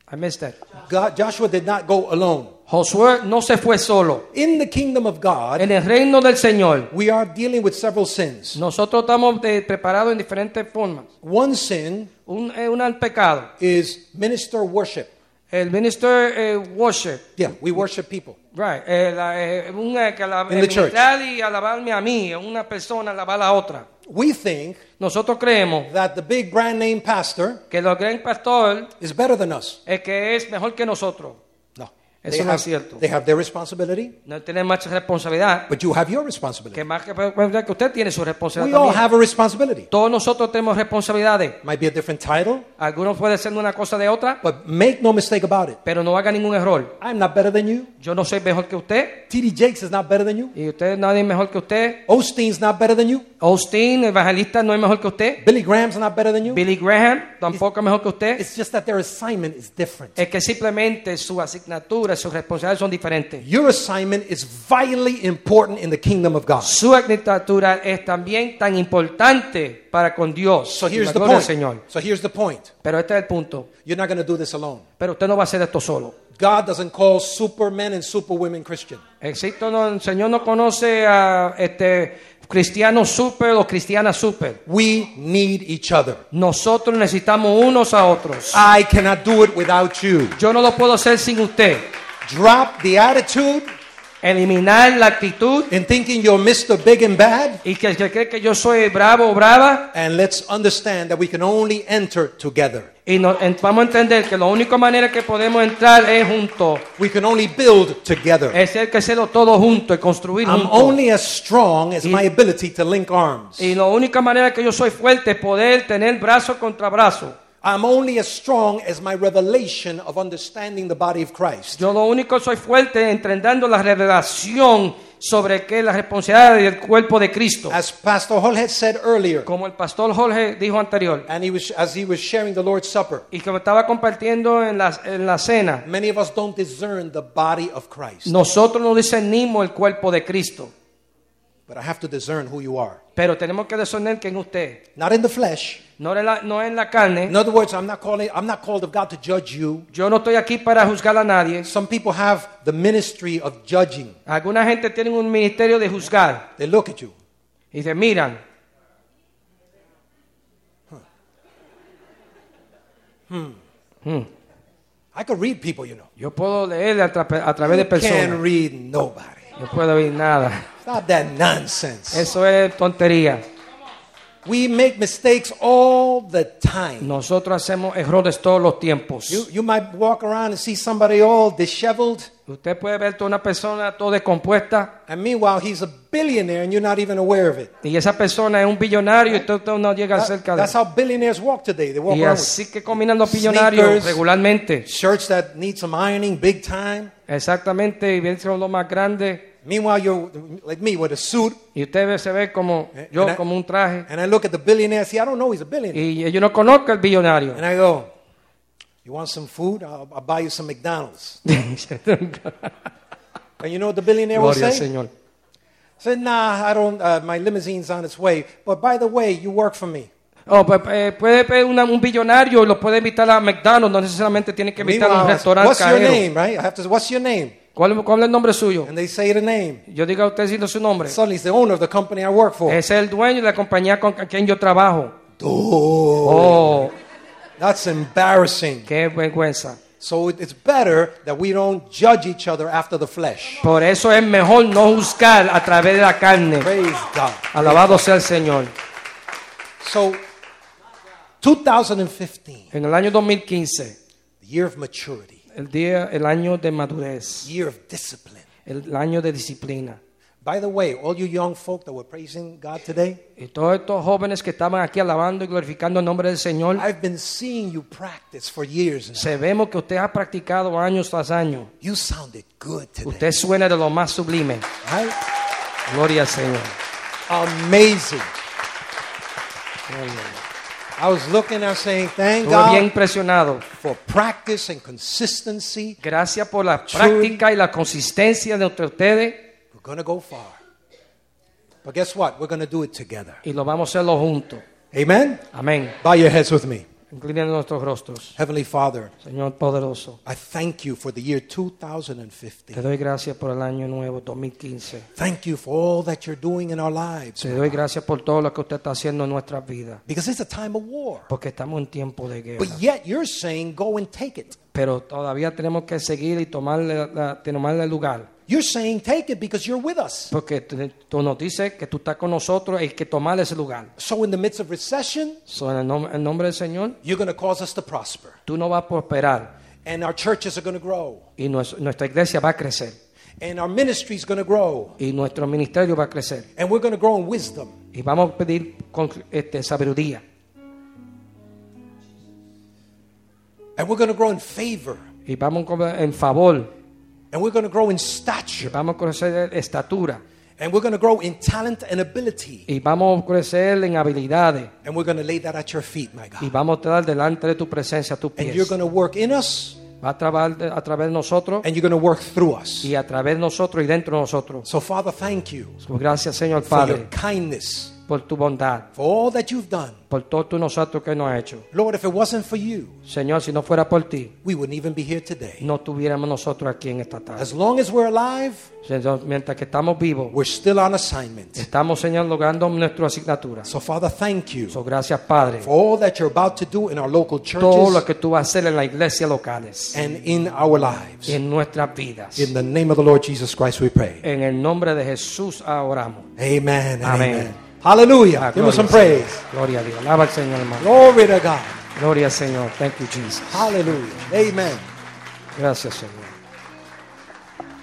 Speaker 2: I missed that.
Speaker 1: God, Joshua did not go alone.
Speaker 2: Josué no se fue solo.
Speaker 1: In the kingdom of God,
Speaker 2: En el reino del Señor,
Speaker 1: we are dealing with several sins.
Speaker 2: nosotros estamos eh, preparados en diferentes formas.
Speaker 1: One sin
Speaker 2: Un, eh, un pecado.
Speaker 1: is minister worship.
Speaker 2: El minister eh, worship.
Speaker 1: Yeah, we worship people.
Speaker 2: Right. Eh, la, eh, un, eh, que alab-
Speaker 1: In the
Speaker 2: eh, ministrar y alabarme a mí, a una persona alabar a otra.
Speaker 1: We think
Speaker 2: Nosotros creemos
Speaker 1: that the big brand name pastor
Speaker 2: que el gran pastor
Speaker 1: is better than us.
Speaker 2: es que es mejor que nosotros.
Speaker 1: No.
Speaker 2: Eso
Speaker 1: they,
Speaker 2: no
Speaker 1: have,
Speaker 2: es cierto.
Speaker 1: they have their responsibility,
Speaker 2: No tienen más responsabilidad.
Speaker 1: but you have your responsibility.
Speaker 2: Que más que, pues, que usted tiene su
Speaker 1: We
Speaker 2: responsabilidad.
Speaker 1: all
Speaker 2: también.
Speaker 1: have a responsibility.
Speaker 2: Todos nosotros tenemos responsabilidades.
Speaker 1: Might be a different title,
Speaker 2: Algunos pueden ser una cosa de otra,
Speaker 1: but make no mistake about it.
Speaker 2: pero no haga ningún error.
Speaker 1: I'm not better than you.
Speaker 2: Yo no soy mejor que usted,
Speaker 1: T.D. Jakes is not better than you.
Speaker 2: y usted nadie es mejor que usted.
Speaker 1: Osteen's not better than you.
Speaker 2: Austin, evangelista, no es mejor que usted.
Speaker 1: Billy Graham's not better than you.
Speaker 2: Billy Graham, tampoco es mejor que usted.
Speaker 1: It's just that their assignment is different.
Speaker 2: Es que simplemente su asignatura, sus responsabilidades son diferentes.
Speaker 1: Your assignment is vitally important in the kingdom of God.
Speaker 2: Su asignatura es también tan importante para con Dios.
Speaker 1: So
Speaker 2: y la
Speaker 1: here's the
Speaker 2: gloria del
Speaker 1: point.
Speaker 2: Señor.
Speaker 1: So here's the point.
Speaker 2: Pero este es el punto.
Speaker 1: You're not going to do this alone.
Speaker 2: Pero usted no va a hacer esto solo.
Speaker 1: God doesn't call supermen and superwomen Christian.
Speaker 2: Existe, no, el Señor no conoce a este, cristianos super o cristianas super.
Speaker 1: We need each other.
Speaker 2: Nosotros necesitamos unos a otros.
Speaker 1: I cannot do it without you.
Speaker 2: Yo no lo puedo hacer sin usted.
Speaker 1: Drop the attitude
Speaker 2: Eliminar la actitud
Speaker 1: in thinking you're Mr. Big and Bad,
Speaker 2: y que, que cree que yo soy bravo o brava.
Speaker 1: and let's understand that we can only enter together.
Speaker 2: Y no- en- vamos a entender que la única manera que podemos entrar es juntos.
Speaker 1: We can only build together.
Speaker 2: Es el que hacerlo todo junto y construir
Speaker 1: I'm
Speaker 2: juntos.
Speaker 1: only as strong as my ability to link arms.
Speaker 2: Y la única manera que yo soy fuerte es poder tener brazo contra brazo.
Speaker 1: I'm only as strong as my revelation of understanding the body of Christ.
Speaker 2: Yo lo único soy fuerte entendiendo la revelación sobre que la responsabilidad del cuerpo de Cristo.
Speaker 1: As Pastor Holhead said earlier,
Speaker 2: Como el pastor Jorge dijo anterior
Speaker 1: and he was, as he was sharing the Lord's Supper,
Speaker 2: y que me estaba compartiendo en la, en la cena,
Speaker 1: many of us don't discern the body of Christ.
Speaker 2: nosotros no discernimos el cuerpo de Cristo,
Speaker 1: But I have to discern who you are.
Speaker 2: pero tenemos que discernir que en usted,
Speaker 1: Not in the flesh.
Speaker 2: no en la, no en la carne.
Speaker 1: In other words, I'm not, calling, I'm not called of God to judge you.
Speaker 2: Yo no estoy aquí para juzgar a nadie.
Speaker 1: Some people have the ministry of judging.
Speaker 2: Alguna gente tiene un ministerio de juzgar
Speaker 1: They look at you.
Speaker 2: y se miran.
Speaker 1: I could read people, you know.
Speaker 2: Yo puedo leer a, tra- a través de
Speaker 1: You can't
Speaker 2: personas.
Speaker 1: read nobody.
Speaker 2: No puedo oír nada.
Speaker 1: Stop that nonsense.
Speaker 2: Eso es tontería.
Speaker 1: We make mistakes all the time.
Speaker 2: Nosotros hacemos errores todos los tiempos.
Speaker 1: You, you might walk around and see somebody all disheveled,
Speaker 2: Usted puede ver toda una persona toda descompuesta
Speaker 1: and meanwhile, he's a billionaire and you're not even aware of it.
Speaker 2: y esa persona es un billonario y usted usted no llega
Speaker 1: That-
Speaker 2: cerca de
Speaker 1: that's
Speaker 2: él.
Speaker 1: how billionaires walk today. They walk
Speaker 2: Y
Speaker 1: around with
Speaker 2: así que combinan los billonarios
Speaker 1: Sneakers.
Speaker 2: regularmente.
Speaker 1: shirts that need some ironing big time.
Speaker 2: Exactamente, y ven son los más grandes.
Speaker 1: Meanwhile, you're like me with a suit,
Speaker 2: Y usted ve- se ve como
Speaker 1: Eh,
Speaker 2: yo,
Speaker 1: ¿verdad?
Speaker 2: como un traje.
Speaker 1: and I look at the billionaire. See, I don't know he's a billionaire.
Speaker 2: Y yo no conozco al billonario.
Speaker 1: And I go, You want some food? I'll, I'll buy you some McDonald's. And you know what the billionaire will
Speaker 2: Gloria al
Speaker 1: say?
Speaker 2: Señor.
Speaker 1: Say, Nah, I don't, uh, my limousine's on its way. But by the way, you work for me.
Speaker 2: Oh, pues, eh, puede pedir una- un billonario y lo puede invitar a McDonald's, no necesariamente tiene que invitar a un
Speaker 1: Meanwhile,
Speaker 2: restaurante
Speaker 1: what's your
Speaker 2: cajero.
Speaker 1: name, right? I have to say, What's your name?
Speaker 2: ¿Cuál, cuál es el nombre suyo?
Speaker 1: And they say the name.
Speaker 2: Yo digo a usted diciendo su nombre.
Speaker 1: Suddenly, he's the owner of the company I work for.
Speaker 2: Es el dueño de la compañía con quien yo trabajo.
Speaker 1: Dude,
Speaker 2: Oh,
Speaker 1: that's embarrassing.
Speaker 2: qué vergüenza.
Speaker 1: So it- it's better that we don't judge each other after the flesh.
Speaker 2: Por eso es mejor no juzgar a través de la carne.
Speaker 1: Praise God.
Speaker 2: Alabado sea el Señor.
Speaker 1: So, 2015,
Speaker 2: En el año 2015,
Speaker 1: the year of maturity,
Speaker 2: el día, el año de madurez,
Speaker 1: year of discipline.
Speaker 2: el año de disciplina.
Speaker 1: By the way, all you young folk that were praising God today,
Speaker 2: Y todos estos jóvenes que estaban aquí alabando y glorificando el nombre del Señor,
Speaker 1: I've been seeing you practice for years now.
Speaker 2: se vemos que usted ha practicado años tras año.
Speaker 1: You sounded good today.
Speaker 2: Usted suena de lo más sublime.
Speaker 1: Right?
Speaker 2: Gloria al Señor.
Speaker 1: Amazing. I was looking and saying, thank
Speaker 2: Estuve bien
Speaker 1: God
Speaker 2: impresionado.
Speaker 1: for practice and consistency.
Speaker 2: Gracias por la práctica y la consistencia de entre ustedes
Speaker 1: We're going to go far. But guess what? We're going to do it together.
Speaker 2: y lo vamos a hacerlo juntos.
Speaker 1: Amen?
Speaker 2: Amén.
Speaker 1: Bow your heads with me.
Speaker 2: Inclinen nuestros rostros.
Speaker 1: Heavenly Father,
Speaker 2: Señor poderoso,
Speaker 1: I thank you for the year
Speaker 2: te
Speaker 1: 2015.
Speaker 2: doy gracias por el año nuevo 2015.
Speaker 1: Thank you for all that you're doing in our lives.
Speaker 2: Te doy gracias por todo lo que usted está haciendo en nuestras vidas.
Speaker 1: Because it's a time of war.
Speaker 2: Porque estamos en tiempo de guerra.
Speaker 1: But yet you're saying go and take it.
Speaker 2: pero todavía tenemos que seguir y tomarle, la- tomarle el lugar.
Speaker 1: You're saying take it because you're with us.
Speaker 2: Porque tú, tú nos dices que tú estás con nosotros y que tomar ese lugar.
Speaker 1: So in the midst of recession,
Speaker 2: So, en el, nom- en nombre del Señor,
Speaker 1: you're going to cause us to prosper.
Speaker 2: tú no vas a prosperar
Speaker 1: And our churches are going to grow.
Speaker 2: y nues- nuestra iglesia va a crecer
Speaker 1: And our ministry is going to grow.
Speaker 2: y nuestro ministerio va a crecer
Speaker 1: And we're going to grow in wisdom.
Speaker 2: y vamos a pedir con, este, sabiduría
Speaker 1: And we're going to grow in favor.
Speaker 2: y vamos con- en favor
Speaker 1: And we're going to grow in
Speaker 2: y
Speaker 1: stature.
Speaker 2: vamos a crecer en estatura
Speaker 1: And we're going to grow in talent and ability.
Speaker 2: y vamos a crecer en habilidades
Speaker 1: And we're going to lay that at your feet, my
Speaker 2: y
Speaker 1: God.
Speaker 2: vamos a estar delante de tu presencia, a tus
Speaker 1: And you're
Speaker 2: pies.
Speaker 1: going to work in us
Speaker 2: Va a trabajar de- a través de nosotros
Speaker 1: and you're going to work through us.
Speaker 2: y a través de nosotros y dentro de nosotros.
Speaker 1: So, Father, thank you
Speaker 2: Gracias, Señor
Speaker 1: for your
Speaker 2: Padre,
Speaker 1: kindness
Speaker 2: por tu bondad,
Speaker 1: for all that you've done.
Speaker 2: por todo tu nosotros que nos has hecho.
Speaker 1: Lord, if it wasn't for you,
Speaker 2: Señor, si no fuera por ti,
Speaker 1: we wouldn't even be here today.
Speaker 2: no tuviéramos nosotros aquí en esta tarde.
Speaker 1: As long as we're alive,
Speaker 2: Señor, mientras que estamos vivos,
Speaker 1: we're still on assignment.
Speaker 2: estamos, Señor, logrando nuestra asignatura.
Speaker 1: So, Father, thank you
Speaker 2: So, gracias, Padre,
Speaker 1: for all that you're about to do in our local
Speaker 2: todo lo
Speaker 1: churches
Speaker 2: que tú vas a hacer en las iglesias locales
Speaker 1: and in our
Speaker 2: y
Speaker 1: lives.
Speaker 2: en nuestras vidas.
Speaker 1: In the name of the Lord Jesus Christ, we pray.
Speaker 2: En el nombre de Jesús ah, oramos.
Speaker 1: Amen. and
Speaker 2: Amen.
Speaker 1: Amen. Hallelujah.
Speaker 2: Ah,
Speaker 1: Give him
Speaker 2: gloria
Speaker 1: some
Speaker 2: al Señor.
Speaker 1: praise.
Speaker 2: Gloria a Dios. Alaba al Señor, hermano.
Speaker 1: Glory to God.
Speaker 2: Gloria al Señor. Thank you, Jesus.
Speaker 1: Hallelujah. Amen.
Speaker 2: Gracias, Señor.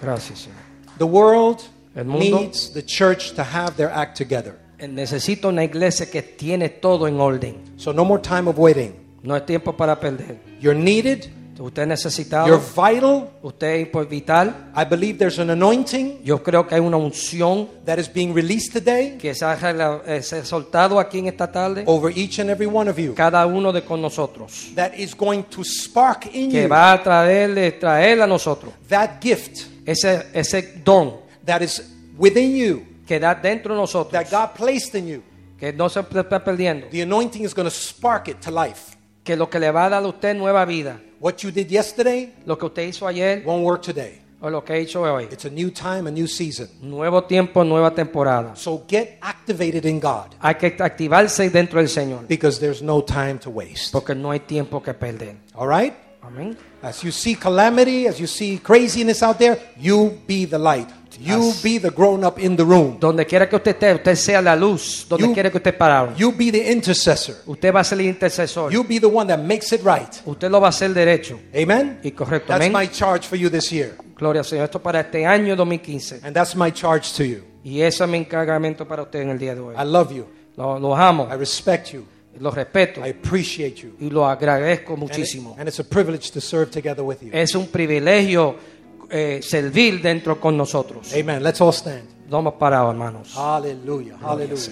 Speaker 2: Gracias, Señor.
Speaker 1: The world
Speaker 2: El mundo.
Speaker 1: needs the church to have their act together.
Speaker 2: Necesito una iglesia que tiene todo en orden.
Speaker 1: So no more time of waiting.
Speaker 2: No es tiempo para perder.
Speaker 1: You're needed.
Speaker 2: Usted
Speaker 1: You're
Speaker 2: es necesitado.
Speaker 1: vital.
Speaker 2: Usted es por vital.
Speaker 1: I believe there's an anointing
Speaker 2: Yo creo que hay una unción
Speaker 1: that is being released today
Speaker 2: que se ha rela- eh, se ha soltado aquí en esta tarde.
Speaker 1: over each and every one of you
Speaker 2: Cada uno de con nosotros.
Speaker 1: that is going to spark in
Speaker 2: Que
Speaker 1: you
Speaker 2: va a traerle, traer a nosotros.
Speaker 1: that gift
Speaker 2: Ese, ese don
Speaker 1: that is within you
Speaker 2: que da dentro de nosotros.
Speaker 1: that God placed in you.
Speaker 2: Que no se está perdiendo.
Speaker 1: The anointing is going to spark it to life.
Speaker 2: que lo que le va a dar a usted nueva vida,
Speaker 1: What you did yesterday
Speaker 2: lo que usted hizo ayer
Speaker 1: won't work today.
Speaker 2: o lo que hizo hoy.
Speaker 1: It's a new time, a new season.
Speaker 2: Nuevo tiempo, nueva temporada.
Speaker 1: So get activated in God
Speaker 2: Hay que activarse dentro del Señor,
Speaker 1: because there's no time to waste.
Speaker 2: porque no hay tiempo que perder.
Speaker 1: All right?
Speaker 2: Amén.
Speaker 1: As you see calamity, as you see craziness out there, you be the light. You be the grown up in the room.
Speaker 2: Donde quiera que usted esté, usted sea la luz, donde
Speaker 1: You-
Speaker 2: quiera que usted parado.
Speaker 1: You be the intercessor.
Speaker 2: Usted va a ser el intercesor.
Speaker 1: You be the one that makes it right.
Speaker 2: usted lo va a hacer derecho
Speaker 1: Amen?
Speaker 2: y correcto.
Speaker 1: That's
Speaker 2: Amén.
Speaker 1: my charge for you this year.
Speaker 2: Gloria al Señor. Esto para este año 2015.
Speaker 1: And that's my charge to you.
Speaker 2: Y ese es mi encargamento para usted en el día de hoy.
Speaker 1: I love you.
Speaker 2: Lo- los amo,
Speaker 1: I respect you.
Speaker 2: los respeto
Speaker 1: I appreciate you.
Speaker 2: y los agradezco
Speaker 1: And, it-
Speaker 2: muchísimo. Eh.
Speaker 1: and it's a privilege to serve together with you.
Speaker 2: Es un privilegio eh, servir dentro con nosotros.
Speaker 1: Amen. Let's all stand.
Speaker 2: Vamos parados, hermanos.
Speaker 1: Hallelujah. Hallelujah.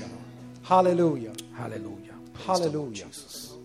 Speaker 1: Hallelujah.
Speaker 2: Aleluya.
Speaker 1: Hallelujah.